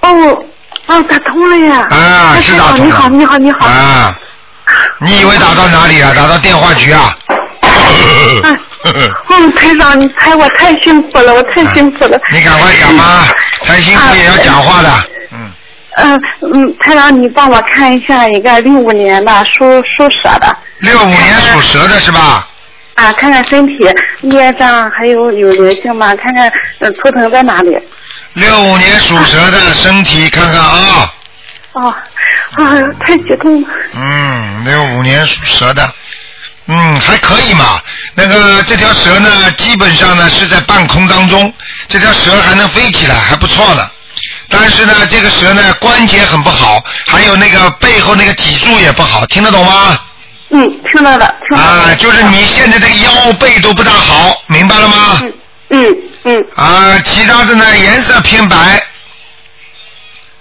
哦，哦，打通了呀！啊，哎是台打长通你好，了你好，你好。啊，你以为打到哪里了？打到电话局啊？嗯，台长，你猜我太辛苦了，我太辛苦了。啊嗯你赶快讲吧，才辛苦也要讲话的。嗯，嗯嗯，台长，你帮我看一下一个六五年的属属蛇的六五年属蛇的是吧？啊，看看身体业障还有有灵性吗？看看呃图腾在哪里？六五年属蛇的身体看看啊，哦，啊，太激动了。嗯，六五年属蛇的，嗯，还可以嘛。那个这条蛇呢，基本上呢是在半空当中，这条蛇还能飞起来，还不错呢。但是呢，这个蛇呢关节很不好，还有那个背后那个脊柱也不好，听得懂吗？嗯，听到了，听到了。啊，就是你现在这个腰背都不大好，明白了吗？嗯嗯嗯，啊，其他的呢颜色偏白，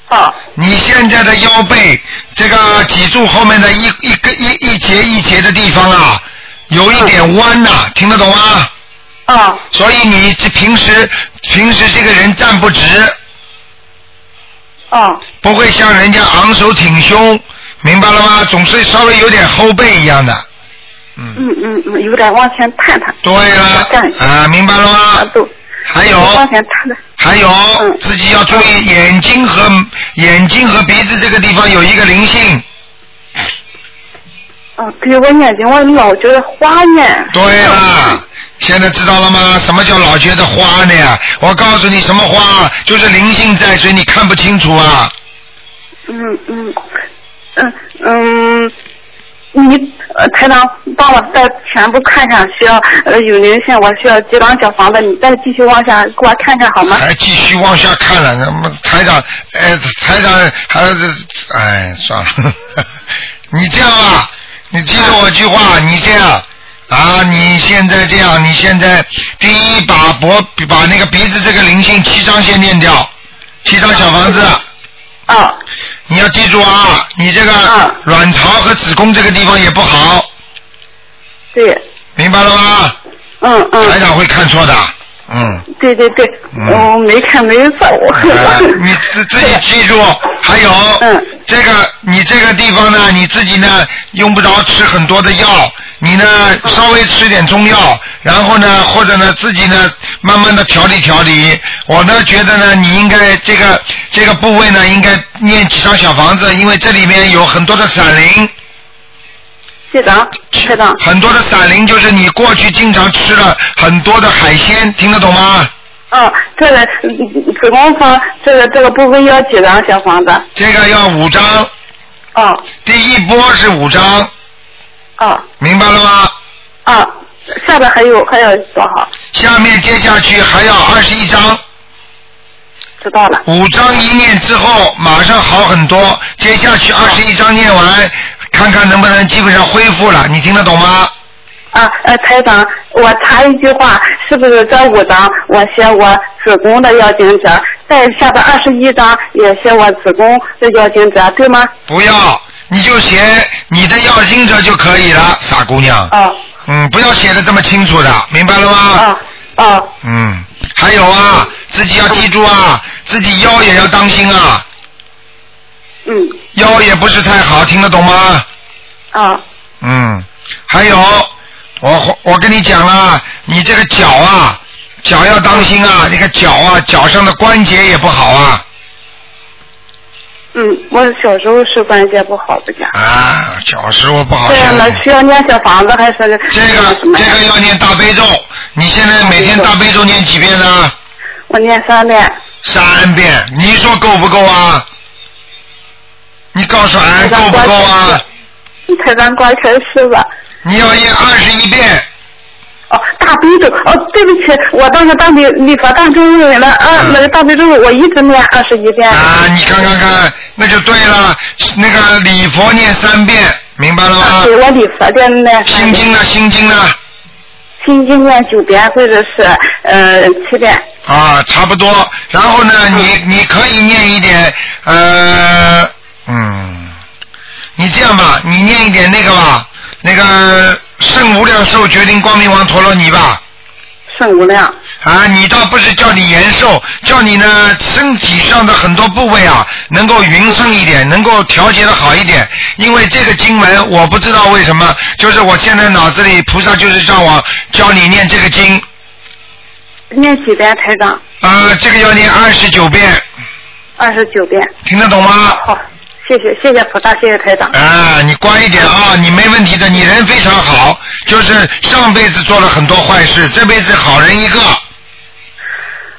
好，你现在的腰背这个脊柱后面的一一个一一节一节的地方啊，有一点弯呐、听得懂吗？哦所以你这平时平时这个人站不直，哦不会像人家昂首挺胸，明白了吗？总是稍微有点后背一样的。嗯，嗯嗯嗯，有点往前探探。对了站，啊，明白了啊，吗？都还有往前探探。还有自己要注意眼睛和眼睛和鼻子这个地方有一个灵性，哦，对我眼睛我老觉得花呢。对了，现在知道了吗？什么叫老觉得花呢？我告诉你什么花，就是灵性在，所以你看不清楚啊。嗯嗯嗯嗯，你呃台长帮我再全部看看，需要呃有灵性，我需要几张小房子，你再继续往下给我看看好吗？还继续往下看了，那么台长，哎，台长还是哎，算了， <laughs> 你这样吧，你记住我句话，你这样啊，你现在这样，你现在第一把脖把那个鼻子这个灵性七张先念掉，七张小房子。啊。你要记住啊，你这个卵巢和子宫这个地方也不好，对，明白了吗？嗯嗯，台长会看错的，嗯。对对对，我没看没错，我。 <laughs> 呃你自自己记住，还有，嗯这个你这个地方呢，你自己呢用不着吃很多的药，你呢嗯稍微吃点中药，然后呢或者呢自己呢慢慢的调理调理。我呢觉得呢，你应该这个这个部位呢应该念几张小房子，因为这里面有很多的散灵。谢长，谢长。很多的散灵就是你过去经常吃了很多的海鲜，听得懂吗？嗯，这个嗯子宫方这个这个部分要几张小房子？这个要五张。哦。第一波是五张。哦。明白了吗？啊，下边还有还有多少？下面接下去还要二十一张。知道了。五张一念之后，马上好很多。接下去二十一张念完，看看能不能基本上恢复了。你听得懂吗？啊，呃，台长，我查一句话，是不是这五张我写我子宫的要经者，再下边二十一张也写我子宫的要经者，对吗？不要，你就写你的要经者就可以了，傻姑娘。哦。嗯，不要写的这么清楚的，明白了吗？哦哦。嗯，还有啊，自己要记住啊，自己腰也要当心啊。嗯。腰也不是太好，听得懂吗？啊嗯，还有，我我跟你讲啦，你这个脚啊，脚要当心啊，那个脚啊，脚上的关节也不好啊。嗯，我小时候是关节不好的家。啊，脚时候不好。对啊了，需要念小房子还是？这个这个要念大悲咒，你现在每天大悲咒念几遍呢？我念三遍。三遍，你说够不够啊？你告诉俺够不够啊？台长过开始吧。你要念二十一遍。哦，大悲咒哦，对不起，我当时大悲礼佛大咒人了，啊，那个大悲咒我一直念二十一遍。嗯啊，你看看看，那就对了。那个礼佛念三遍，明白了吗？对，我礼佛的念三心遍。经呢？心经呢？心经念九遍或者是呃七遍。啊，差不多。然后呢，嗯你你可以念一点，呃，嗯，你这样吧，你念一点那个吧，那个圣无量寿决定光明王陀罗尼吧。圣无量。啊，你倒不是叫你延寿，叫你呢身体上的很多部位啊，能够匀称一点，能够调节的好一点。因为这个经文，我不知道为什么，就是我现在脑子里菩萨就是让我教你念这个经，念几遍台长？啊，这个要念二十九遍，二十九遍。听得懂吗？好，谢谢谢谢菩萨，谢谢台长。啊，你乖一点啊，你没问题的，你人非常好，就是上辈子做了很多坏事，这辈子好人一个。啊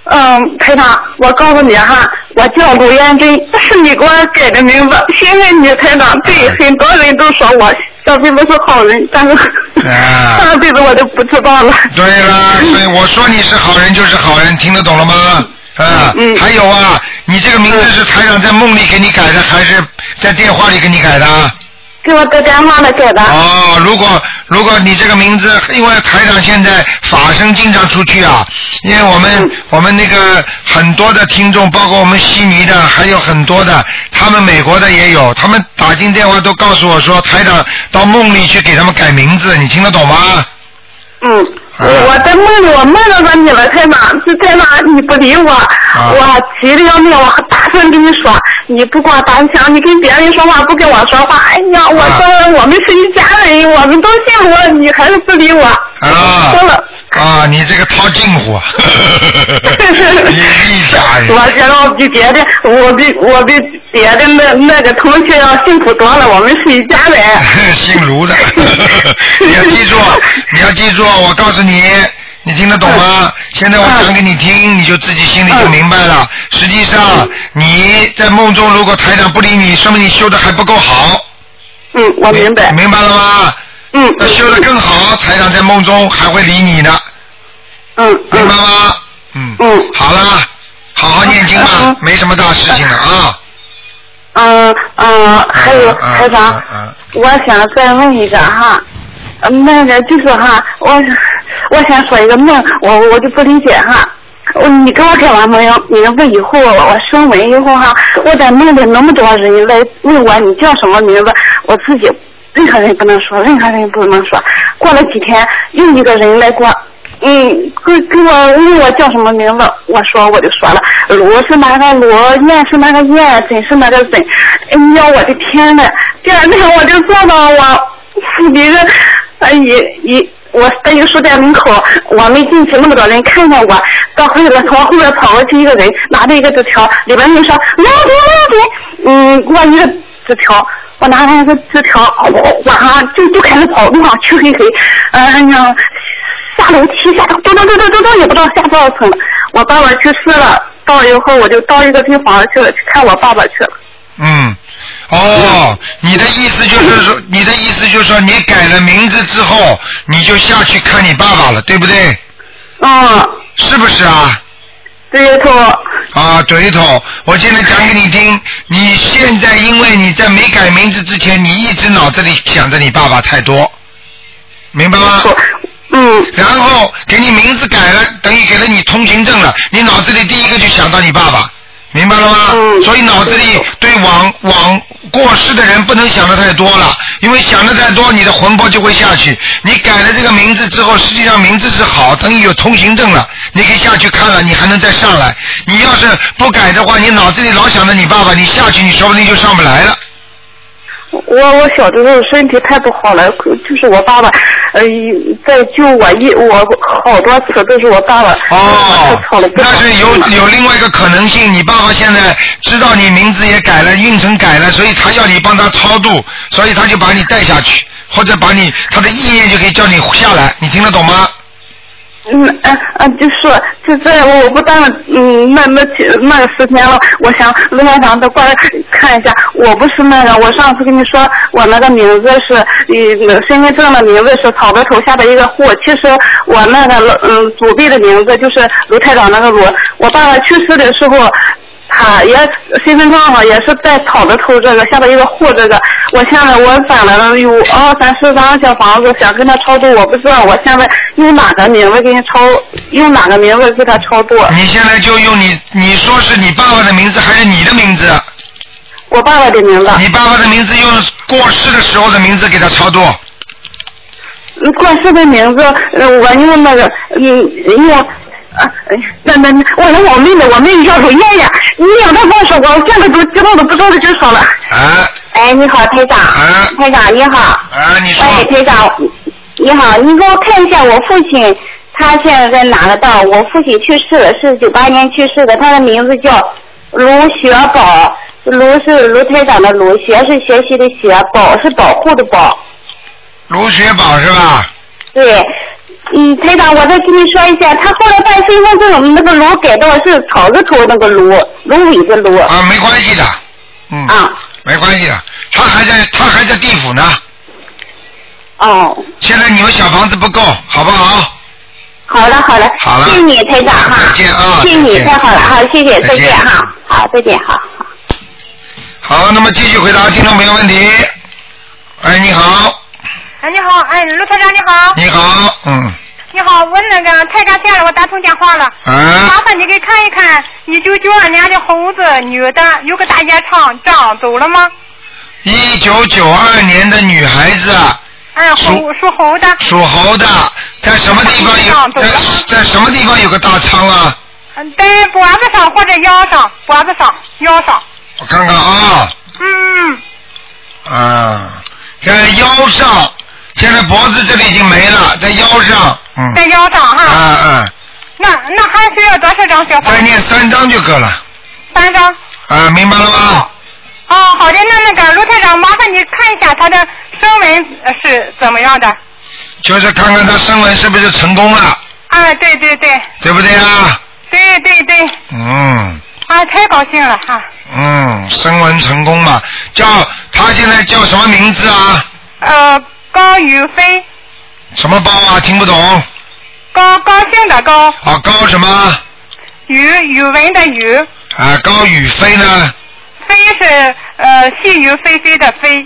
嗯，台长，我告诉你哈，我叫鲁元珍，是你给我改的名字，谢谢你，台长。对，很多人都说我上辈子是好人，但是啊， <laughs> 上辈子我都不知道了。 <laughs> 对啦，嗯所以我说你是好人就是好人，听得懂了吗？啊，嗯还有啊，你这个名字是台长在梦里给你改的，还是在电话里给你改的？给我打电话了，改的。哦，如果如果你这个名字，因为台长现在法声经常出去啊，因为我们、嗯我们那个很多的听众，包括我们悉尼的，还有很多的，他们美国的也有，他们打进电话都告诉我说，台长到梦里去给他们改名字，你听得懂吗？嗯，我在梦里，我梦到着你了，台长，是台长，你不理我，我急得要命，我大声跟你说，你不光单枪，你跟别人说话不跟我说话，哎呀，我说我们是一家人，我们都姓罗，你还是不理我，啊说了啊，你这个套近乎，啊 <laughs> 你一家人。我觉得我比别的，我比我比别的那那个同学要辛苦多了，我们是一家人。 <laughs> 姓卢的， <laughs> 你要记住，啊你要记住，啊我告诉你，你听得懂吗？嗯现在我讲给你听，你就自己心里就明白了。嗯实际上，你在梦中如果台长不理你，说明你修的还不够好，嗯，我明白。明白了吗？嗯要修的更好，台长在梦中还会理你的，嗯明白嗯吗？嗯，嗯好了，好好念经吧嗯，没什么大事情了啊。嗯嗯，还有嗯嗯台长嗯嗯，我想再问一个哈，嗯那个就是哈，我我想说一个梦，我我就不理解哈。我你给我讲完梦要你问以后我生完以后哈，我在梦里那么多人来问我你叫什么名字，我自己任何人不能说，任何人不能说。过了几天又一个人来过，嗯，跟跟我问我叫什么名字，我说我就说了，卢是那个卢，燕是那个燕，真是那个真。哎呀，我的天呐！第二天我就坐到我别人，哎一一。我在一个书店门口，我没进去，那么多人看见我，到后边从后边跑过去一个人，拿着一个纸条，里边人说老铁老铁，嗯，给我一个纸条，我拿着一个纸条，哇，就就开始跑，路上黢黑黑，哎呀，下楼梯下到咚咚咚咚咚咚，也不知道下多少层。我爸爸去世了，到了以后我就到一个地方去了，去看我爸爸去了。嗯，哦，你的意思就是说，你的意思就是说，你改了名字之后，你就下去看你爸爸了，对不对？嗯，是不是啊？对头，啊，对头，我现在讲给你听，你现在因为你在没改名字之前，你一直脑子里想着你爸爸太多，明白吗？错，嗯，然后给你名字改了，等于给了你通行证了，你脑子里第一个就想到你爸爸，明白了吗？嗯所以脑子里对往往过世的人不能想的太多了，因为想的太多，你的魂魄就会下去。你改了这个名字之后，实际上名字是好，等于有通行证了，你可以下去看了，你还能再上来。你要是不改的话，你脑子里老想着你爸爸，你下去你说不定就上不来了。我我小的时候身体太不好了，就是我爸爸，呃，在救我一我好多次都是我爸 <laughs> 爸，哦吵了，不少但是有次呢有另外一个可能性，你爸爸现在知道你名字也改了，运程改了，所以他要你帮他超度，所以他就把你带下去，或者把你他的意念就可以叫你下来，你听得懂吗？嗯嗯嗯，就是就在我不但嗯那那几那个十天了，我想卢院长再过来看一下，我不是那个，我上次跟你说我那个名字是呃身份证的名字是草字头下的一个户，其实我那个嗯祖辈的名字就是卢台长那个卢，我爸爸去世的时候。他也身份证上也是在草字头这个下边一个户这个，我现在我攒了有二三十张小房子，想跟他超度，我不知道我现在用哪个名字给你超，用哪个名字给他超度。你现在就用你你说是你爸爸的名字还是你的名字？我爸爸的名字，你爸爸的名字用过世的时候的名字给他超度。嗯过世的名字，呃我用那个，嗯，用。啊，哎那那那，我用我妹妹，我妹妹叫鲁燕燕，你让她忘说我，我现在都激动的不知道这说了。啊哎，你好，台长。啊台长，你好。啊！你说喂，台长，你好，你给我看一下我父亲，他现在在哪个道？我父亲去世了，是九八年去世的，他的名字叫卢学宝，卢是卢台长的卢，学是学习的学，宝是保护的宝。卢学宝是吧？对，嗯，台长，我再跟你说一下，他后来办身份证，那个卢改到是草字头那个卢，芦苇的芦。啊，没关系的，嗯，啊，没关系的，他还在他还在地府呢。哦，现在你们小房子不够，好不好？好了好了，好了谢谢你台长哈，再见啊谢谢再你见太好了哈，谢谢，再再见见哈，好，再见哈。好，那么继续回答听众朋友问题。哎，你好，哎，你好，哎，卢台长你好，你好，嗯，你好，我那个太感谢了，我打通电话了，麻啊，烦你给看一看，一九九二年的猴子，女的，有个大夜长，长走了吗？一九九二年的女孩子，哎，属猴属猴的，属猴的，在什么地方有在在什么地方有个大仓啊？嗯在脖子上或者腰上，脖子上、腰上，我看看啊，嗯，啊，在腰上，现在脖子这里已经没了，在腰上，嗯，在腰上啊哈。啊，那那还需要多少张小房再子？念三章就够了。三张。啊，明白了吗？哦，好的，那那个卢台长，麻烦你看一下他的声纹呃是怎么样的。就是看看他声纹是不是成功了，啊，对对对，对不对啊？对对对，嗯啊，太高兴了哈、嗯，声纹成功嘛，叫他现在叫什么名字啊？呃，高宇飞，什么包啊？听不懂。高高兴的高，啊，高什么？语语文的语，啊，高宇飞呢？飞是呃细雨霏霏的飞，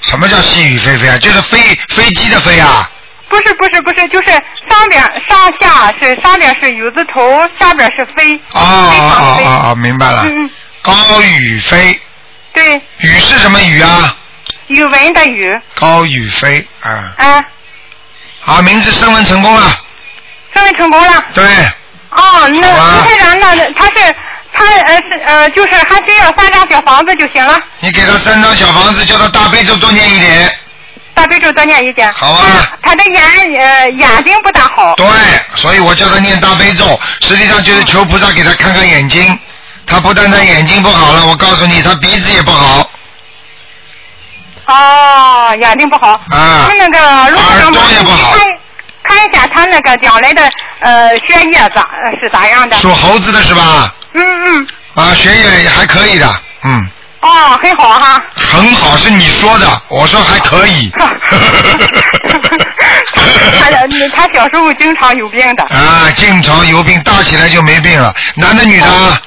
什么叫细雨霏霏啊？就是飞飞机的飞啊？不是不是不是，就是上边上下是上边是雨字头，下边是飞，哦哦哦哦，明白了。嗯嗯，高宇飞，对，宇是什么宇啊？语文的语，高宇飞啊，啊，好，名字声纹成功了，升温成功了。对，哦，那卢好啊台长，那他是他呃是呃就是还需要三张小房子就行了，你给他三张小房子，叫他大悲咒多念一点，大悲咒多念一点。好啊。他的眼呃眼睛不大好。对，所以我叫他念大悲咒，实际上就是求菩萨给他看看眼睛。他不但他眼睛不好了，我告诉你，他鼻子也不好哦，眼睛不好。啊那，那个卢台耳长，朵也不好看看一下他那个将来的呃学业咋呃是咋样的？属猴子的是吧？嗯嗯，啊，学业还可以的，嗯，哦，很好哈。 <laughs> 很好，是你说的，我说还可以。他的他小时候经常有病的啊，经常有病，大起来就没病了。男的女的啊？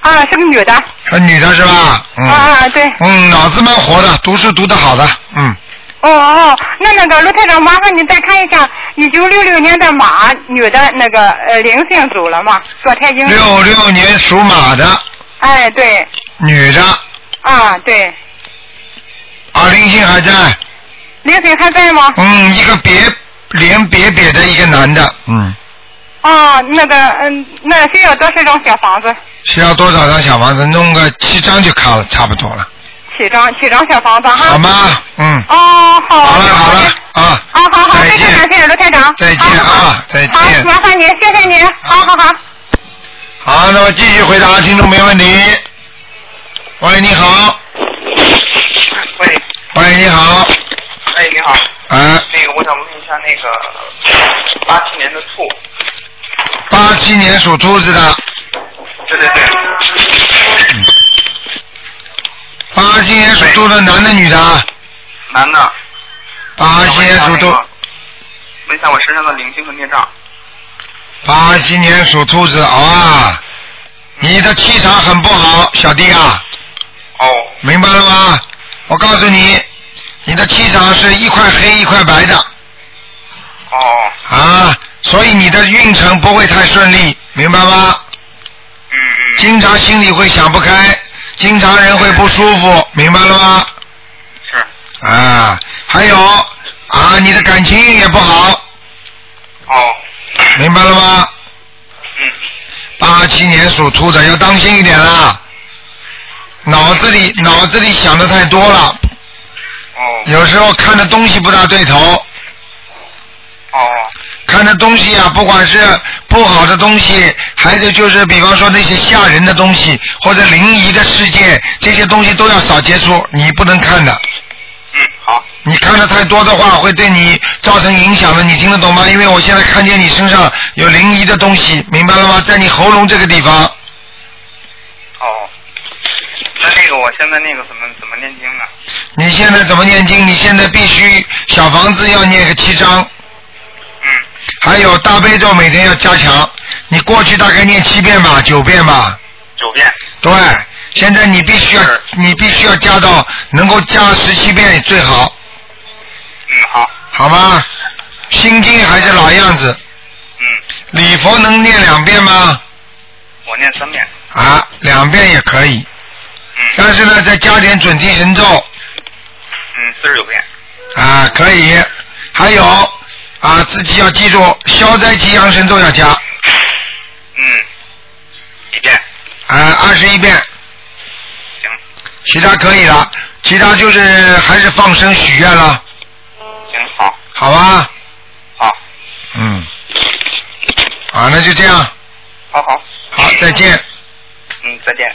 啊，是个女的、是女的是吧？嗯。啊，对。嗯，脑子蛮活的，读书读得好的，嗯，哦哦，那那个卢台长，麻烦你再看一下，一九六六年的马女的那个呃灵性走了吗？左太英。六六年属马的哎，对，女的，啊对，啊，灵性还在，灵性还在吗？嗯，一个别脸瘪瘪的一个男的，嗯，哦，那个嗯，那需要多少张小房子？需要多少张小房子？弄个七张就卡了，差不多了，七张，七张小房子哈。好？吗？嗯，哦，好。好了好的了。啊，好好好，再非见常感谢卢台长。再见好好啊再见好，麻烦您，谢谢您。好好好。好，那么继续回答听众没问题。喂，你好，喂，喂，你好，哎，你好，啊，那个我想问一下那个八七年的兔，八七年属兔子的，对对对，八七年属兔的男的女的啊？男的，八七想问年属一下那兔，个问一下我身上的灵性和孽障，八七年属兔子啊，你的气场很不好，小弟啊，哦，明白了吗？我告诉你，你的气场是一块黑一块白的哦，啊，所以你的运程不会太顺利，明白吗？嗯嗯，经常心里会想不开，经常人会不舒服，明白了吗？是，啊，还有啊，你的感情运也不好，哦，明白了吗？嗯，八七年属兔的要当心一点啦，脑子里脑子里想的太多了，哦，有时候看的东西不大对头，哦，看的东西啊，不管是不好的东西，还是就是比方说那些吓人的东西或者灵异的事件，这些东西都要少接触，你不能看的。嗯，好，你看的太多的话，会对你造成影响的，你听得懂吗？因为我现在看见你身上有灵异的东西，明白了吗？在你喉咙这个地方，哦，那那个我现在那个怎么怎么念经呢？你现在怎么念经？你现在必须小房子要念个七章，嗯，还有大悲咒每天要加强。你过去大概念七遍吧，九遍吧，九遍，对。现在你必须要是，你必须要加到能够加十七遍最好，嗯，好，好吗？心经还是老样子，嗯，礼佛能念两遍吗？我念三遍，啊，两遍也可以，嗯但是呢，再加点准提神咒嗯，四十九遍，啊，可以。还有啊，自己要记住消灾吉祥神咒要加嗯，一遍，啊，二十一遍，行，其他可以了，其他就是还是放生许愿了，行，好，好吧？好，嗯，啊，那就这样，好好，好，再见。嗯，再见。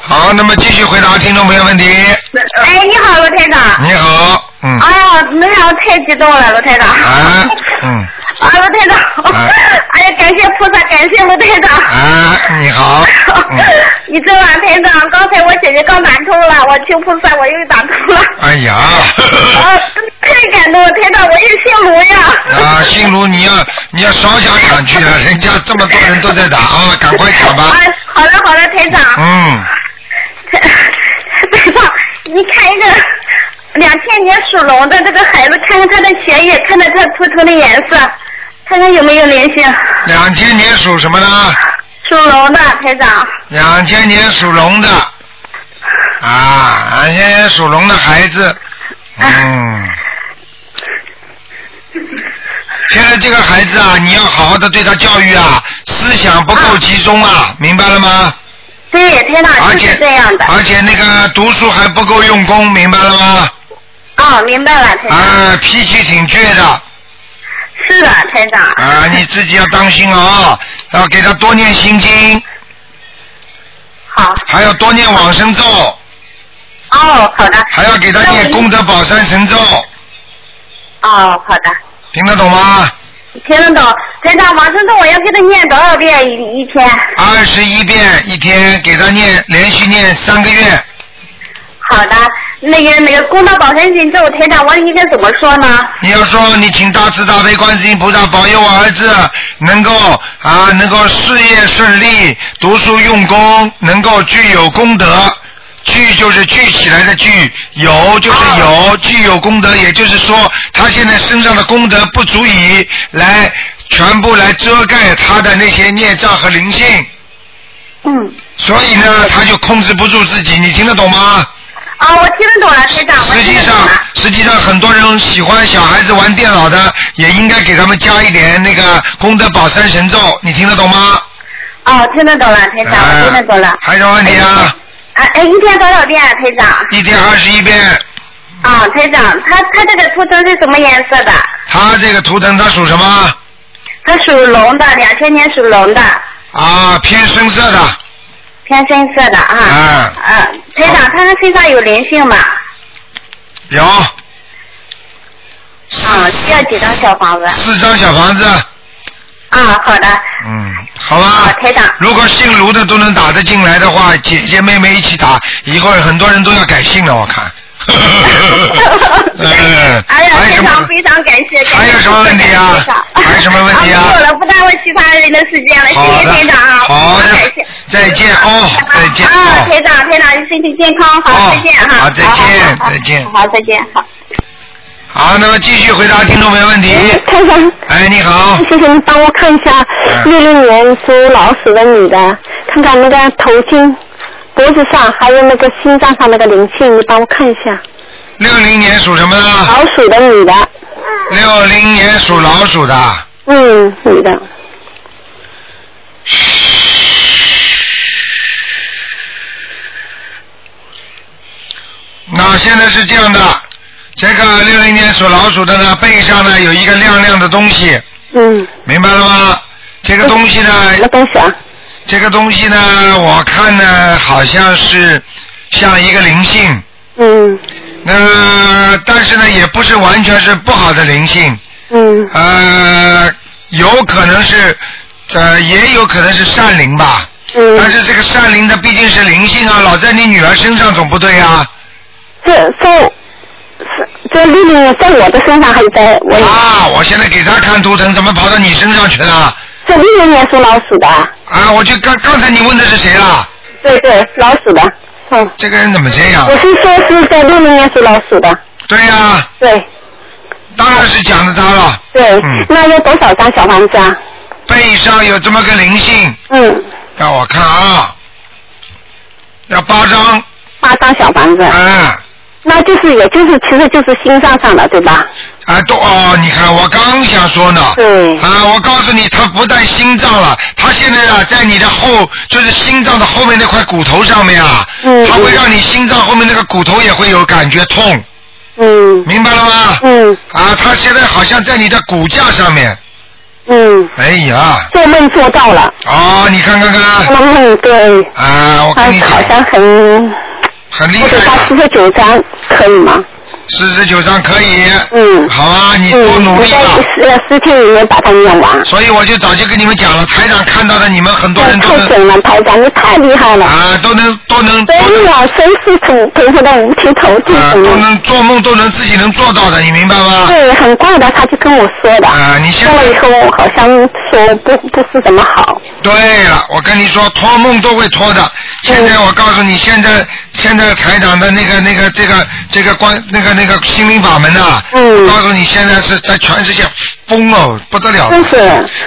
好，那么继续回答听众朋友问题。哎，你好，罗台长。你好，嗯，哎呀，没想到太激动了，罗台长。啊，嗯，啊，罗台长。啊哎呀，感谢菩萨，感谢罗台长。啊，你好，嗯，你知道吧，台长？刚才我姐姐刚打通了，我求菩萨，我又打通 <laughs> 了。哎呀，啊，太感动了，台长，我也姓卢呀。啊，心如你要你要少讲两句了，啊人家这么多人都在打啊，赶快讲吧。啊，好了好了，台长。嗯，台长， <laughs> 你看一个两千年属龙的这个孩子，看看他的血液，看看他图腾的颜色，看看有没有联系。两千年属什么呢？属龙的台长，两千年属龙的，啊，两千年属龙的孩子，嗯，现在这个孩子啊，你要好好的对他教育啊，思想不够集中啊，明白了吗？对，台长而就且是这样的。而且那个读书还不够用功，明白了吗？哦，明白了，台长。啊，脾气挺倔的，是的，台长。啊，你自己要当心啊，要给他多念心经。好。还要多念往生咒。哦，好的。还要给他念功德宝山神咒，哦，好的，听得懂吗？听得懂。台长，往生咒我要给他念多少遍一一天？二十一遍一天，给他念，连续念三个月。好的，那个那个功德宝山神咒，台长，我应该怎么说呢？你要说你请大慈大悲观世音菩萨保佑我儿子能够啊能够事业顺利，读书用功，能够具有功德。具就是聚起来的聚，有就是哦有，具有功德，也就是说他现在身上的功德不足以来全部来遮盖他的那些孽障和灵性。嗯。所以呢，他就控制不住自己，你听得懂吗？啊、我听得懂了，台长，我实听际得上懂了。，实际上很多人喜欢小孩子玩电脑的，也应该给他们加一点那个功德宝山神咒，你听得懂吗？哦，听得懂了，台长，哎我听得懂了。还有什么问题啊？啊，哎，一天多少遍啊，台长？一天二十一遍。啊、台长，他他这个图腾是什么颜色的？他这个图腾他属什么？他属龙的，两千年属龙的，啊，偏深色的。偏深色的啊。啊，啊，台长，他的身上有灵性吗？有啊，需要几张小房子？四张小房子。啊，好的，嗯，好吧。台长。如果姓卢的都能打得进来的话，姐姐妹妹一起打，以后很多人都要改姓了，<laughs> 我看。嗯，哎呀，还有什非么常非常感谢。还有什么问题啊还有什么问题啊啊，没有了，不耽误其他人的时间了，好谢谢的台长啊，好的非常感谢。再见哦，再见啊，哦，台长，台长，身体健康，好，再见哈。好，再见，啊好好再见。好，再见，好。好，那么继续回答听众朋友问题。台长，哎，你好，谢谢你帮我看一下六六年属老鼠的女的，看看那个头颈、脖子上还有那个心脏上那个灵性，你帮我看一下。六零年属什么的？老鼠的女的，六零年属老鼠的，嗯，女的，那现在是这样的，这个六零年属老鼠的呢，背上呢有一个亮亮的东西，嗯，明白了吗？这个东西呢，什么东西啊？这个东西呢，我看呢好像是像一个灵性，嗯那但是呢也不是完全是不好的灵性，嗯呃，有可能是，呃，也有可能是善灵吧。嗯，但是这个善灵它毕竟是灵性啊，老在你女儿身上总不对啊。这在是这六六年在我的身上还是在我？啊，我现在给她看图腾，怎么跑到你身上去了？这六六年属老鼠的啊，啊，我就刚刚才你问的是谁了？对对，老鼠的，嗯，这个人怎么这样我？是说是在六六年属老鼠的，对呀、对当然是讲的他了。对，嗯那要多少张小房子啊？背上有这么个灵性，嗯，让我看啊，要八张，八张小房子。啊那就是，也就是，其实就是心脏上的，对吧？啊都哦，你看我刚想说呢，嗯对，啊，我告诉你，他不但心脏了，他现在啊，在你的后，就是心脏的后面那块骨头上面啊，嗯它会让你心脏后面那个骨头也会有感觉痛，嗯明白了吗？嗯。啊，他现在好像在你的骨架上面。嗯，哎呀，做梦做到了。哦，你看看看。嗯，对。啊，我跟你讲好，像很很厉我给他害四十九张，可以吗？四十九张可以。嗯。好啊，你多嗯，努我力在吧。十呃十天里面把它念完。所以我就早就跟你们讲了，台长看到的你们很多人都太准了，台长，你太厉害了。啊，都能都能。真的，真是从佩服到五体投地。啊都能做梦都能自己能做到的，你明白吗？对，很快的，他就跟我说的。啊，你现说在了以后，我好像说不不是怎么好。对了，我跟你说，托梦都会托的。现在我告诉你，现在现在台长的那个那个这个这个关那个那个心灵法门呐、嗯我告诉你，现在是在全世界疯哦，不得了的。真是，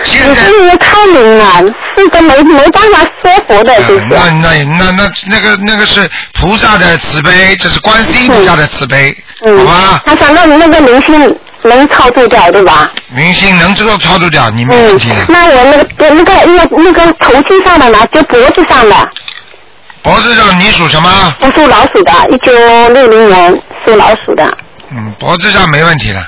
现你在这个人太灵了，是个没没办法说服的，就是。啊那那那那那个那个是菩萨的慈悲，这是观世音菩萨的慈悲，好嗯吧？他想让那个明星能超度掉，对吧？明星能知道操作掉，你没问嗯题的。，那我那个那个那个那个头巾上的呢，就脖子上的，啊脖子上你属什么？我属老鼠的，一九六零年属老鼠的，嗯，脖子上没问题了，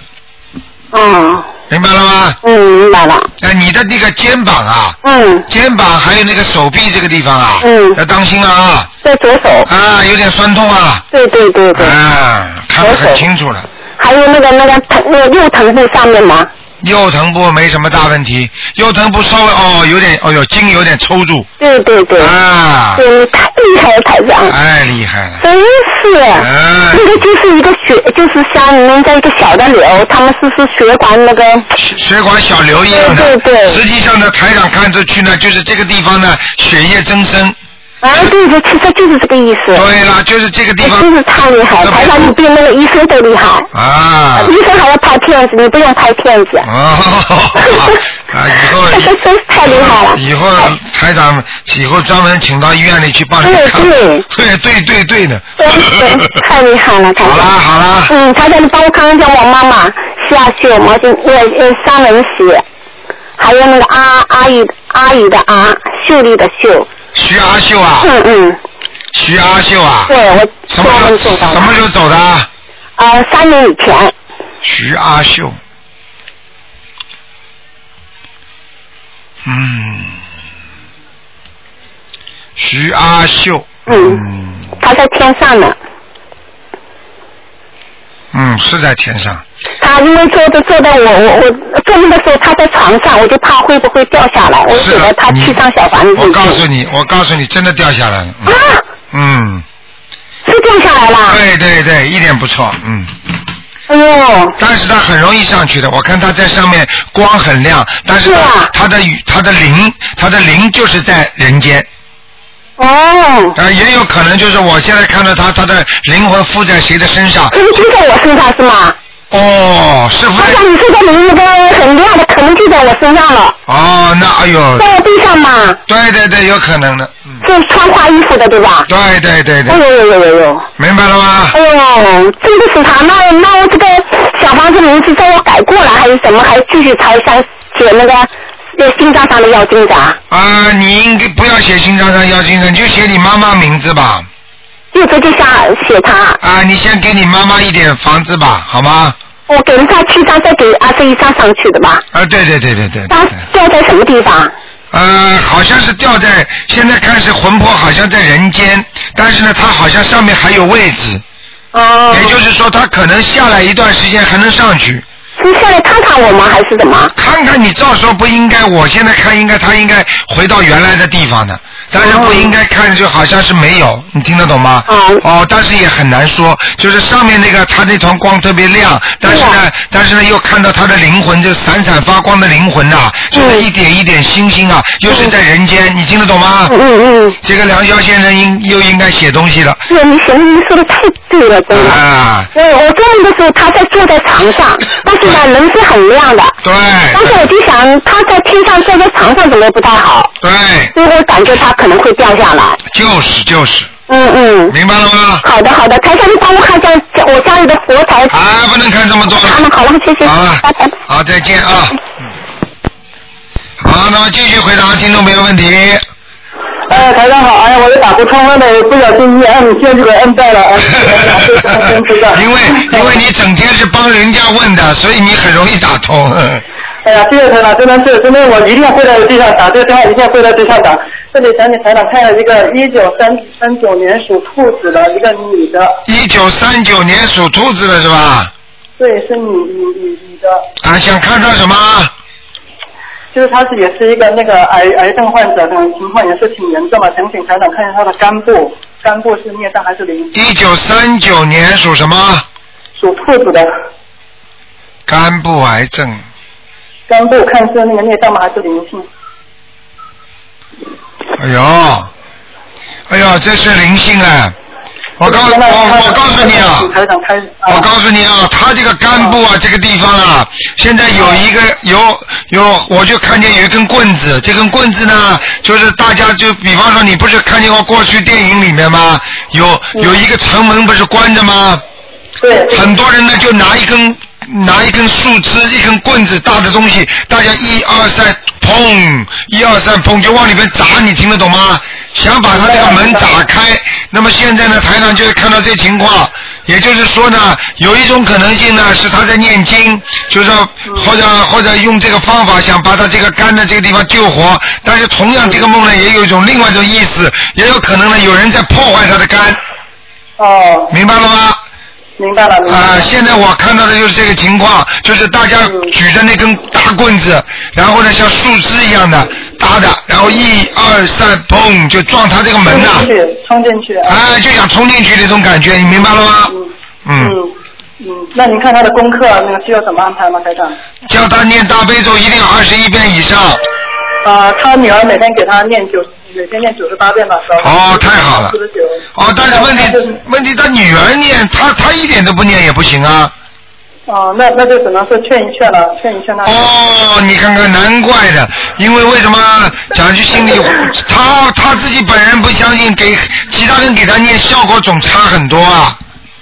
嗯明白了吗？嗯，明白了，哎，你的那个肩膀啊，嗯，肩膀还有那个手臂这个地方啊，嗯要当心了啊，在左手，啊，有点酸痛啊，对对对对，啊，看得很清楚了。还有那个那个疼那个右臀部上面嘛，右臀部没什么大问题，右臀部稍微哦有点，哦哟筋有点抽住，对对对，啊，对你太厉害了，台长，哎厉害了，啊真是，哎那个就是一个血，就是像里面在一个小的瘤，他们是是血管那个，血血管小瘤一样的，对对对实际上呢台长看出去呢，就是这个地方呢血液增生，啊对对，其实就是这个意思。对了，就是这个地哎方真是太厉害了，台长你比那个医生都厉害，啊，医生还要拍片子，你不用拍片子，哦，啊，以后这个真是 <laughs> 太厉害了。以后台长以后专门请到医院里去帮你对看，对 <laughs> 对对对对的。真是太厉害了，台好啦长。好啦，嗯，台长，你帮我看一下我妈妈下血毛巾，呃呃三人血，还有那个阿阿姨阿姨的阿，秀丽的秀。徐阿秀啊，嗯嗯，徐阿秀啊，对我什做梦么时做候到什么时候走的啊？呃，三年以前，徐阿秀，嗯，徐阿秀，嗯她在天上呢。嗯，是在天上，她因为坐着坐到我我我做梦的时候，她在床上，我就怕会不会掉下来，我是觉得她你去上小房子去。我告诉你，我告诉你，真的掉下来了，嗯啊，嗯。是掉下来了。对对对，一点不错，嗯。哎呦，但是它很容易上去的，我看它在上面光很亮，但是它是啊它的与它的灵，它的灵就是在人间。哦，啊，也有可能就是我现在看到它，它的灵魂附在谁的身上？可是就在我身上是吗？哦，是附好在像你说的名字都很亮的，可能就在我身上了，哦，那哎呦，在我背上嘛，对对对，有可能的，嗯，是穿花衣服的对吧？对对对哎对，呦呦呦呦呦！明白了吗？哎呦，这个是他，那那我这个小房子名字在我改过了，还是什么？还继续抄上写那个那心脏上的药精啥？啊，你应该不要写心脏上要精神，你就写你妈妈名字吧。就直接下写他，啊，你先给你妈妈一点房子吧，好吗？我给了他七张，再给二十一张上去的吧？啊，对对对对对。他对掉在什么地方？呃，好像是掉在，现在看是魂魄好像在人间，但是呢，它好像上面还有位置，哦也就是说，它可能下来一段时间还能上去。是下来看看我吗？还是怎么？看看你到时候不应该，我现在看应该它应该回到原来的地方的，但是不应该看就好像是没有，你听得懂吗？嗯哦，但是也很难说，就是上面那个它那团光特别亮，但是对呢呀，但是呢又看到它的灵魂，就闪闪发光的灵魂呐、就是嗯一点一点星星啊，又是在人间，你听得懂吗？嗯嗯嗯，这个梁霄先生应又应该写东西了对，你行，你说的太对了，真的。啊，我我做梦的时候，他在坐在床 <laughs> 上，但是呢，人是很亮的。对当时我就想，他在天上坐在床上怎么不太好？对，所以我感觉他可能会掉下来。就是就是，嗯嗯，明白了吗？好的好的，台长，你帮我看一下我家里的佛台。啊，不能看这么多了，好了好了，谢谢，好了拜拜。好，再见啊。嗯好，那么继续回答听众朋友问题。呃，哎，台长好，哎呀，我又打过窗外了，不小心一摁，键就给摁掉了， <laughs> 哎，因为因为你整天是帮人家问的，所以你很容易打通。嗯哎呀，谢谢台长，真的是，真的我一定会在地上打，这个电话一定会在地上打。这里想给台长看了一个一九三三九年属兔子的一个女的，一九三九年属兔子的是吧？对，是女女女女的，啊，想看看什么？就是她是也是一个那个癌癌症患者，可能情况也是挺严重的，想请台长看一下她的肝部，肝部是孽障还是灵？一九三九年属什么？属兔子的，肝部癌症，肝部看是那个孽障吗？还是灵性？哎呦，哎呦，这是灵性啊！我告我我告诉你啊，台长开，我告诉你啊，他这个肝部啊，这个地方啊，现在有一个有有，我就看见有一根棍子，这根棍子呢，就是大家就比方说，你不是看见过过去电影里面吗？有嗯有一个城门不是关着吗？对。很多人呢就拿一根拿一根树枝，一根棍子大的东西，大家一二三砰，一二三砰就往里面砸，你听得懂吗？想把他这个门打开。那么现在呢，台长就看到这情况，也就是说呢，有一种可能性呢是他在念经，就是说或者或者用这个方法想把他这个肝的这个地方救活，但是同样这个梦呢也有一种另外一种意思，也有可能呢有人在破坏他的肝。哦。明白了吗？明白了。啊、现在我看到的就是这个情况，就是大家嗯举着那根大棍子，然后呢像树枝一样的搭的，然后一二三，砰就撞他这个门呐、冲进去，冲进去。啊，就想冲进去那种感觉，你明白了吗？嗯，嗯嗯，那您看她的功课那个需要怎么安排吗，台长？叫他念大悲咒一定要二十一遍以上。啊，他女儿每天给他念九，每天念九十八遍吧，是吧？哦，太好了四。十九。哦，嗯但是问题问题他女儿念，他他一点都不念也不行啊。哦，那那就只能是劝一劝了，劝一劝他。哦，你看看，难怪的，因为为什么讲句心里，他他自己本人不相信，给其他人给他念效果总差很多啊。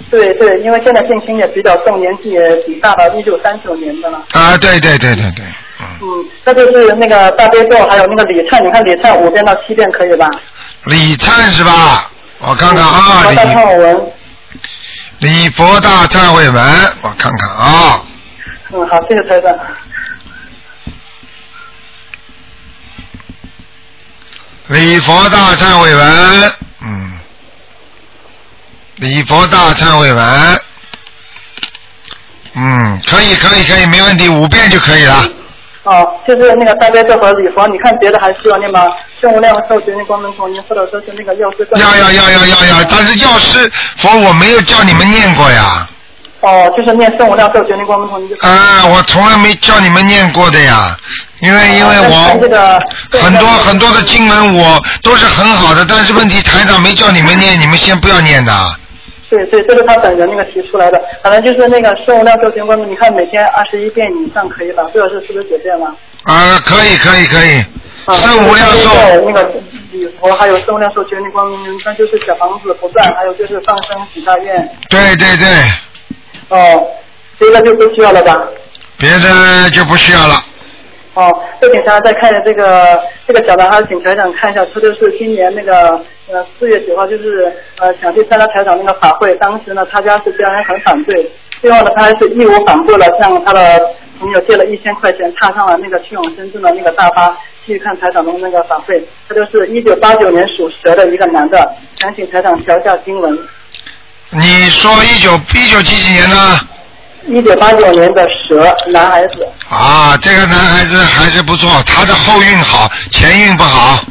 对对，因为现在病情也比较重，年纪也挺大了，一九三九年的了。啊，对对对对对，嗯，那就是那个大悲咒，还有那个礼忏，你看礼忏五遍到七遍可以吧？嗯礼忏是吧？我看看啊，大忏悔文，礼礼佛大忏悔文，我看看啊。嗯，好，谢谢台长。礼佛大忏悔文，嗯，礼佛大忏悔文，嗯，可以可以可以，没问题，五遍就可以了。哦，就是那个大悲咒和礼佛，你看别的还需要念吗？圣无量寿决定光明童年，或者说是那个药师。要要要要要要，但是药师佛我没有叫你们念过呀，哦，就是念圣无量寿决定光明童年就。啊、我从来没叫你们念过的呀，因为因为但哦是这个我很多很多的经文我都是很好的，但是问题台长没叫你们念，你们先不要念的。对对，这是他本人那个提出来的。反正就是那个圣无量寿决定光明，你看每天二十一遍以上可以吧？或者是四十九遍吧？啊，可以可以可以，啊圣无量寿。那个礼佛，还有圣无量寿决定光明，那就是小房子不断，还有就是放生许大愿。对对对，哦，这个就不需要了吧？别的就不需要了。哦，这警察再看一下这个这个小男孩，请台长看一下，他就是今年那个呃四月九号，就是呃想去参加台长那个法会，当时呢他家是家人很反对，呃最后呢他还是义无反顾了，向他的朋友借了一千块钱，踏上了那个去往深圳的那个大巴，去看台长的那个法会。他就是一九八九年属蛇的一个男的，想请台长调一下经文。你说一九一九几几年呢？一九八九年的蛇男孩子，啊，这个男孩子还是不错，他的后运好，前运不好。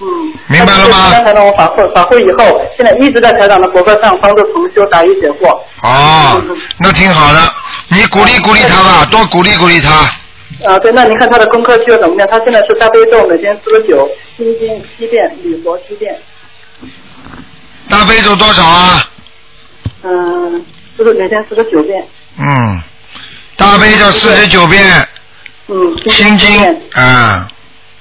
嗯，明白了吗？刚才呢，我法会法会以后，现在一直在台长的博客上帮助同修答疑解惑。哦，那挺好的，你鼓励鼓励他吧，多鼓励鼓励他。啊，对，那您看他的功课需要怎么样？他现在是大悲咒每天四十九，心经七遍，礼佛七遍，大悲咒多少啊？嗯，就是每天四十九 <laughs> 遍，嗯，大悲咒四十九遍，嗯，心经啊、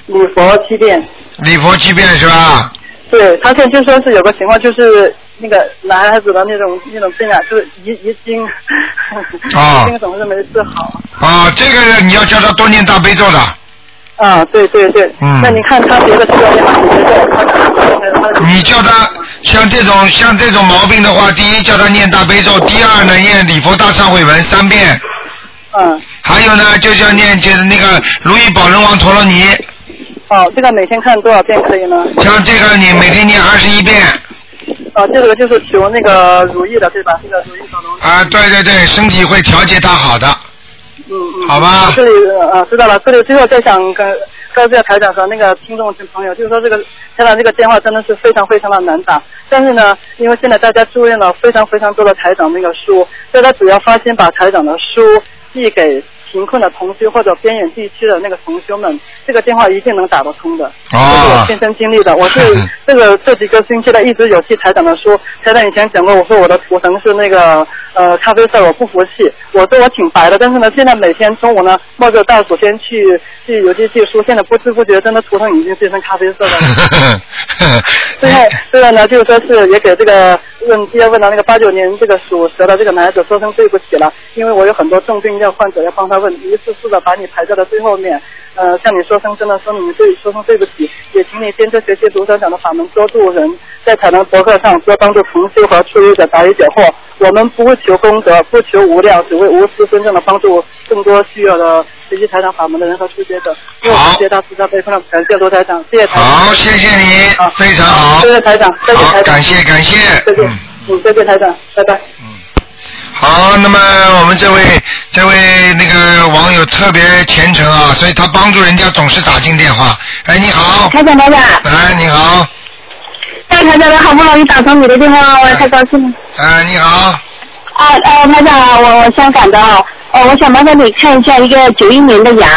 礼佛七遍。礼佛七遍是吧？对他现在就说是有个情况，就是那个男孩子的那种那种病啊，就是遗遗 <laughs> 精，啊遗精总是没治好。啊，这个你要叫他多念大悲咒的。啊，对对对，嗯那你看他别的需要念吗？别的像这种像这种毛病的话，第一叫他念大悲咒，第二呢念礼佛大忏悔文三遍。嗯。还有呢，就叫念就是那个如意宝轮王陀罗尼，哦，这个每天看多少遍可以呢？像这个你每天念二十一遍。哦，这个就是求那个如意的，对吧？这个如意宝轮。啊，对对对，身体会调节他好的。嗯嗯。好吧这里啊，知道了。这里最后再想跟告诉台长和那个听众朋友，就是说这个台长这个电话真的是非常非常的难打，但是呢，因为现在大家注意了非常非常多的台长那个书，大家只要发心把台长的书寄给贫困的同修或者边远地区的那个同修们，这个电话一定能打得通的。这是我哦亲，身经历的。 <laughs> 我是这个这几个星期的一直有记台长的书，台长以前讲过，我说我的图腾是那个呃咖啡色，我不服气。我说我挺白的，但是呢，现在每天中午呢冒着大暑天去去邮寄寄书，现在不知不觉真的图腾已经变成咖啡色 <laughs> 了。最后这个呢，就是说是也给这个问第二问到那个八九年这个属蛇的这个男孩子说声对不起了，因为我有很多重病要患者要帮他问，一次次的把你排在了最后面。呃，向你说声真的说明对，说声对不起，也请你坚持学习卢长长的法门，多助人，在彩能博客上多帮助同修和出入者答疑解惑。我们不会求功德，不求无量，只为无私真正的帮助更多需要的学习台长法门的人和初学者。嗯因为我们接大慈大悲观的感谢卢台长，谢谢台长。好，谢谢你，非常好。谢谢台长，再见台长，感谢感谢，再见，嗯，再见台长，拜拜。好，那么我们这位这位那个网友特别虔诚啊，所以他帮助人家总是打进电话。哎，你好，台长，台长，哎，你好，大台长，我好不容易打通你的电话，我太高兴了。哎，你好，啊，呃，台长，我我香港的哦，呃，我想麻烦你看一下一个九一年的羊，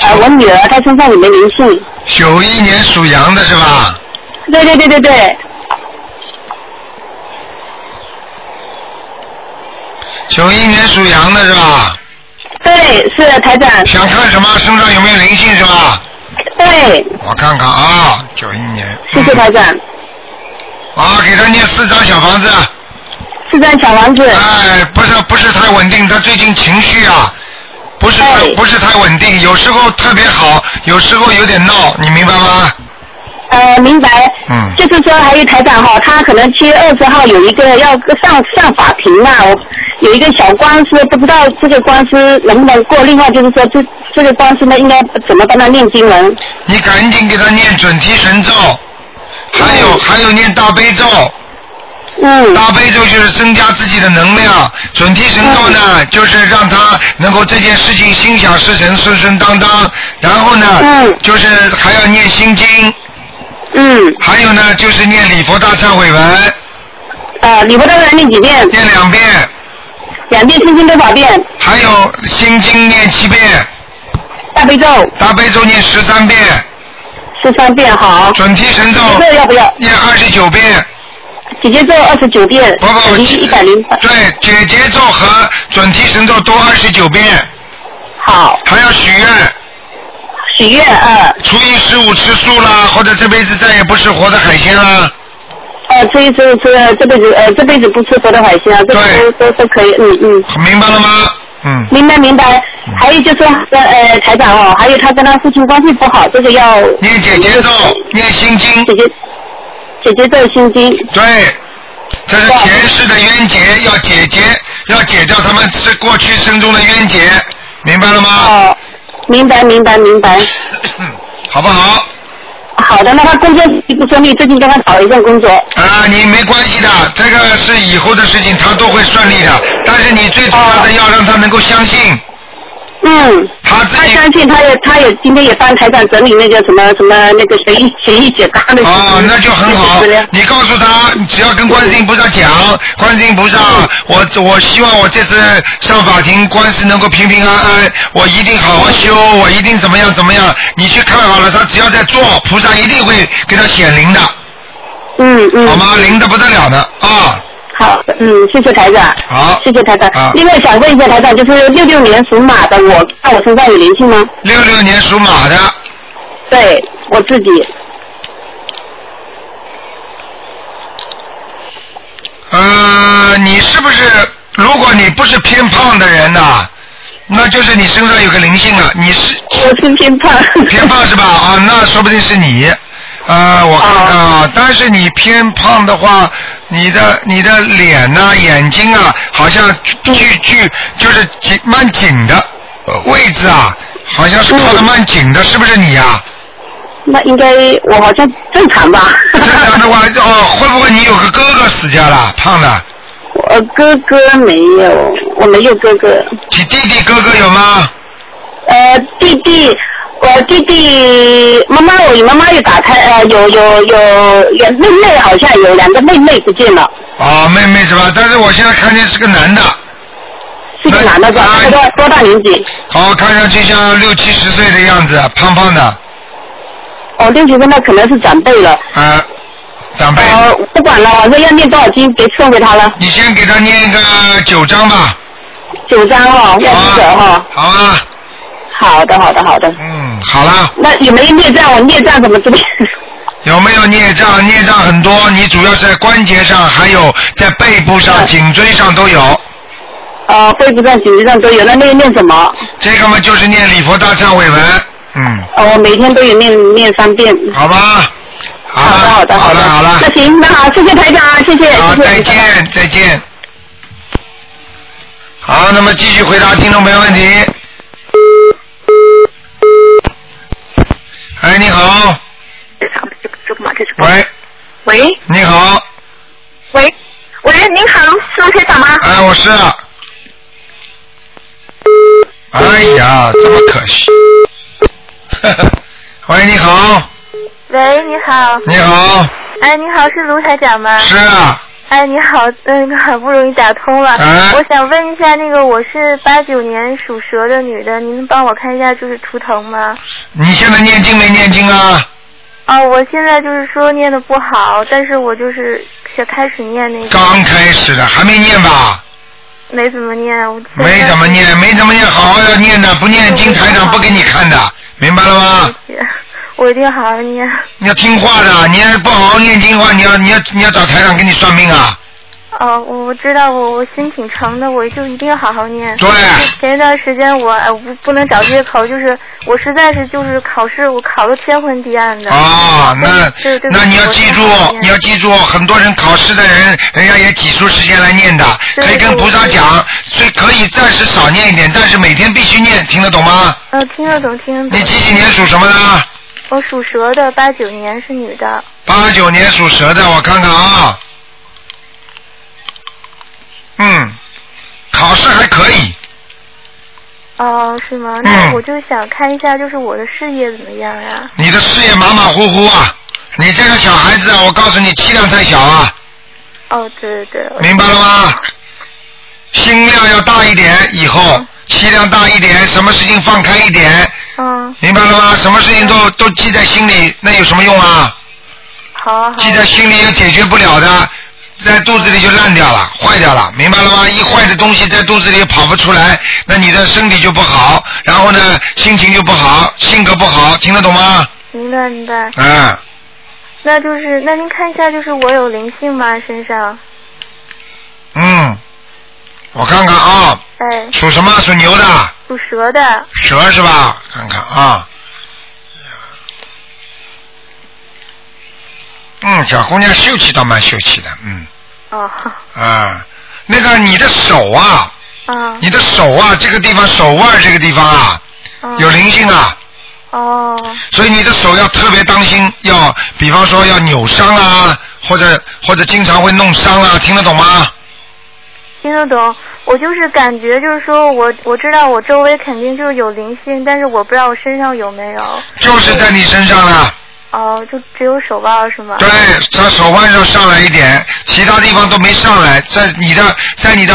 呃，我女儿她身上有没有灵性？九一年属羊的是吧？对对对对对，九一年属羊的是吧？对，是台长。想看什么？身上有没有灵性是吧？对，我看看啊，九一年谢谢台长。啊，给他念四张小房子。四张小房子。哎，不是不是太稳定，他最近情绪啊，不是太、哎不是太稳定，有时候特别好，有时候有点闹，你明白吗？呃，明白。嗯。就是说，还有台长哈、他可能七月二十号有一个要上上法庭嘛，我有一个小官司，不知道这个官司能不能过。另外就是说，这这个官司呢，应该怎么帮他念经文？你赶紧给他念准提神咒，还有、还有念大悲咒。嗯。大悲咒就是增加自己的能量，准提神咒呢，嗯就是让他能够这件事情心想事成、顺顺当当。然后呢，就是还要念心经。嗯。还有呢，就是念礼佛大忏悔文。呃，礼佛大忏悔念几遍？念两遍。两遍心经多少遍？还有心经念七遍。大悲咒。大悲咒念十三遍。十三遍好。准提神咒。这要不要？念二十九遍。姐姐咒二十九遍。不不，一百零对，解结咒和准提神咒多二十九遍。好。还要许愿。许愿啊。初一十五吃素啦，或者这辈子再也不吃活的海鲜啦。呃，这一次是这辈子呃这辈子不吃活的海鲜啊，这个都都都可以，嗯嗯。明白了吗？嗯。明白明白。还有就是呃呃台长哦，还有他跟他父亲关系不好，这个要。念姐姐咒，念心经。姐姐姐姐咒心经。对，这是前世的冤结，要解结，要解掉他们是过去生中的冤结，明白了吗？哦，明白明白明白。好不好？好的，那他工作不顺利，最近跟他找了一份工作。啊，你没关系的，这个是以后的事情，他都会顺利的。但是你最主要的要让他能够相信。啊嗯，他他相信，他也，他也今天也帮台长整理那个什么什么那个协议协议解答的。哦，那就很好。你告诉他，你只要跟观世音菩萨讲，观世音菩萨，我我希望我这次上法庭官司能够平平安安，我一定好好修，我一定怎么样怎么样。你去看好了，他只要在做，菩萨一定会给他显灵的。嗯嗯。好吗？灵的不得了的啊！好，嗯，谢谢台长。好，啊谢谢台长。另外想问一下台长，就是六六年属马的我，在我身上有灵性吗？六六年属马的，对我自己，呃，你是不是？如果你不是偏胖的人呐、那就是你身啊上有个灵性了。你是我是偏胖，偏胖是吧？啊，那说不定是你。啊、呃，我看看啊，但是你偏胖的话，你的你的脸呐、眼睛啊，好像巨巨就是紧蛮紧的呃位置啊，好像是靠的蛮紧的，是不是你啊呀、那应该我好像正常吧？正常的话，哦，会不会你有个哥哥死掉了，胖的？我哥哥没有，我没有哥哥。你弟弟哥哥有吗？呃，弟弟，我弟弟妈妈，我妈妈有打开，呃，有有有有妹妹，好像有两个妹妹不见了，哦，妹妹是吧？但是我现在看见是个男的。是个男的是吧？啊多大多大年纪？好，看上去像六七十岁的样子，胖胖的，哦，六十岁那可能是长辈了。啊，长辈。呃，不管了，我说要念多少经，别送给他了。你先给他念一个九章吧。九章哦，要记者哦。好啊。好的，好的，好的。嗯，好了。那有没有孽障？我孽障怎么这边？有没有孽障？孽障很多，你主要是在关节上，还有在背部上、颈椎上都有。呃，嗯背部上、颈椎上都有，那那个念什么？这个嘛，就是念礼佛大忏悔文。嗯，呃，我每天都有念念三遍。好吧。好的，好的，好了，好了。那行，那好，谢谢台长，谢谢。好，谢谢再见，再见。好，那么继续回答听众朋友问题。哎，你好。喂，喂你好，喂喂，您好，是卢台长吗？哎，我是。哎呀，这么可惜。 <laughs> 喂，你好，喂，你好。你好，哎，你好，是卢台长吗？是啊，哎，你好，嗯，很不容易打通了。哎我想问一下，那个我是八九年属蛇的女的，您能帮我看一下就是图腾吗？你现在念经没念经啊？哦，我现在就是说念的不好，但是我就是想开始念那个。刚开始的，还没念吧？没怎么念，我现在没怎么念，没怎么念，好好要念的，不嗯念经台长不给你看的，明白了吗？我一定好好念。你要听话的，你要不好好念经的话，你要你要你要找台长给你算命啊！哦，我我知道，我我心挺诚的，我就一定要好好念。对。前一段时间我哎我不不能找借口，就是我实在是就是考试我考的天昏地暗的。啊，那对对不起那你要我记住真的，你要记住，很多人考试的人，人家也挤出时间来念的，可以跟菩萨讲，所以可以暂时少念一点，但是每天必须念，听得懂吗？嗯，听得懂，听得懂。你几几年属什么的？我属蛇的，八九年是女的。八九年属蛇的，我看看啊。嗯，考试还可以，哦，是吗？嗯那我就想看一下，就是我的事业怎么样啊呀、你的事业马马虎虎啊。你这个小孩子啊，我告诉你，气量太小啊。哦，对对对。明白了吗？心量要大一点，以后气量大一点，什么事情放开一点。嗯。明白了吗？什么事情都都记在心里，那有什么用啊？好。记在心里也解决不了的，在肚子里就烂掉了，坏掉了，明白了吗？一坏的东西在肚子里跑不出来，那你的身体就不好，然后呢，心情就不好，性格不好，听得懂吗？明白明白。嗯，那就是，那您看一下，就是我有灵性吗？身上？嗯，我看看啊，哎。属什么？属牛的。属蛇的。蛇是吧？看看啊，嗯，小姑娘秀气倒蛮秀气的，嗯哦。啊，那个你的手啊，啊。你的手啊，这个地方手腕这个地方啊，嗯有灵性啊，哦。所以你的手要特别当心，要比方说要扭伤啊，或者或者经常会弄伤啊，听得懂吗？听得懂，我就是感觉就是说我我知道我周围肯定就是有灵性，但是我不知道我身上有没有。就是在你身上啊了，哦，就只有手腕儿是吗？对，这手腕上上来一点，其他地方都没上来，在你的在你的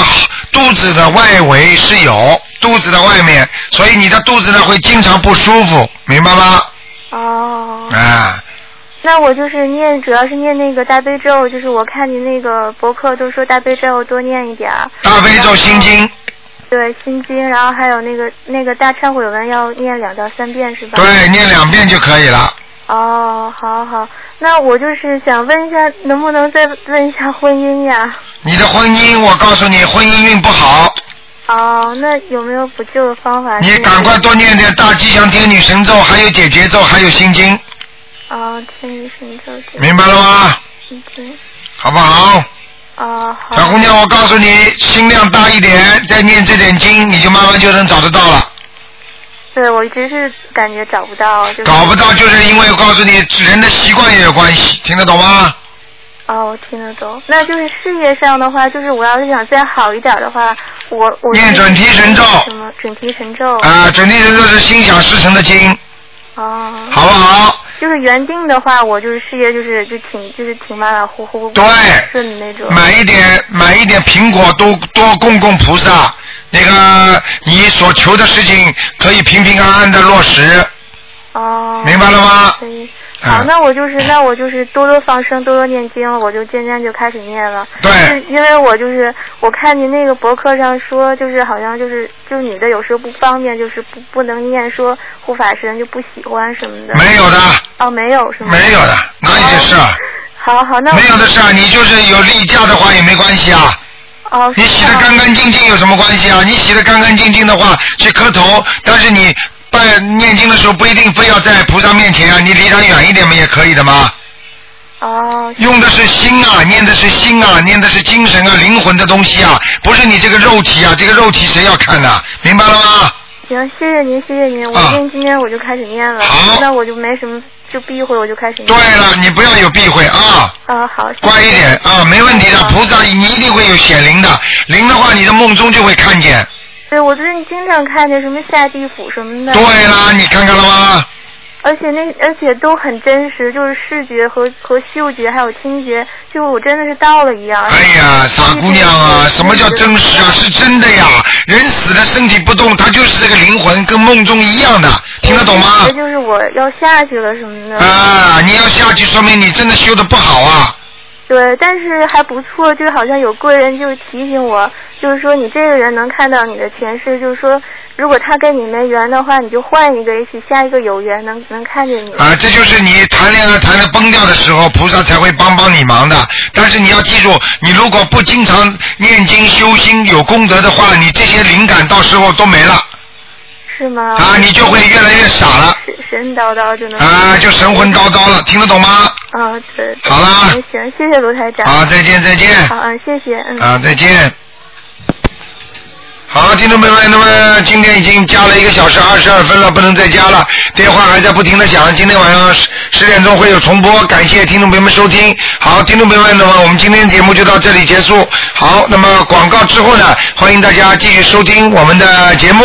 肚子的外围是有，肚子的外面，所以你的肚子呢会经常不舒服，明白吗？哦，啊，那我就是念，主要是念那个大悲咒，就是我看你那个博客都说大悲咒多念一点儿。大悲咒心经，对，心经，然后还有那个那个大忏悔文要念两到三遍是吧？对，念两遍就可以了。哦，好好，那我就是想问一下，能不能再问一下婚姻呀？你的婚姻，我告诉你，婚姻运不好，哦，那有没有补救的方法？你赶快多念点大吉祥天女神咒，还有解结咒，还有心经。哦，天宇神咒对。明白了吗？嗯对。好不好？哦，好。小姑娘，我告诉你，心量大一点，再念这点经，你就慢慢就能找得到了。对，我一直是感觉找不到，就是搞不到，就是因为我告诉你，人的习惯也有关系，听得懂吗？哦，我听得懂。那就是事业上的话，就是我要是想再好一点的话，我我念准提神咒什么准提神咒啊，准提神咒是心想事成的经，哦，好不好？就是原定的话，我就是事业就是就挺就是挺马马虎虎，对顺那种。买一点买一点苹果，多多供供菩萨，那个你所求的事情可以平平安安的落实。哦，明白了吗嗯可以。好，那我就是，那我就是多多放生，多多念经，我就渐渐就开始念了。对，因为我就是我看您那个博客上说，就是好像就是就女的有时候不方便，就是不不能念说护法神就不喜欢什么的。没有的。哦，没有是吗？没有的，哪有这事啊？好好，那我没有的事啊，你就是有例假的话也没关系啊。哦，你洗的干干净净有什么关系啊？你洗的干干净净的话去磕头，但是你拜念经的时候不一定非要在菩萨面前啊，你离他远一点不也可以的吗？哦。用的是心啊，念的是心啊，念的是精神啊、灵魂的东西啊，不是你这个肉体啊，这个肉体谁要看呐、明白了吗？行，谢谢您，谢谢您，我啊今今天我就开始念了，那我就没什么就避讳，我就开始念。对对了，你不要有避讳啊。啊，好。谢谢乖一点啊，没问题的。哦菩萨，你一定会有显灵的，灵的话你的梦中就会看见。对，我最近经常看见什么下地府什么的。对啦，你看看了吗？而且那而且都很真实，就是视觉和和嗅觉还有听觉，就是我真的是到了一样。哎哎呀，傻姑娘啊，什么叫真实啊？是真的呀，人死了身体不动，他就是这个灵魂，跟梦中一样的，听得懂吗？就是我要下去了什么的。啊，你要下去，说明你真的修的不好啊。对，但是还不错，就是好像有贵人就是提醒我，就是说你这个人能看到你的前世，就是说如果他跟你没缘的话，你就换一个，也许下一个有缘能能看见你。啊，这就是你谈恋爱谈的崩掉的时候，菩萨才会帮帮你忙的。但是你要记住，你如果不经常念经修心有功德的话，你这些灵感到时候都没了。是吗？啊，你就会越来越傻了，神叨叨就能。啊，就神魂叨叨了，听得懂吗？啊，对。对好啦行，行谢谢卢台长。好再见再见好，嗯，谢谢，嗯。啊，再见。好，听众朋友们，那么今天已经加了一个小时二十二分了，不能再加了，电话还在不停的响。今天晚上十十点钟会有重播，感谢听众朋友们收听。好，听众朋友们，那么我们今天节目就到这里结束。好，那么广告之后呢，欢迎大家继续收听我们的节目。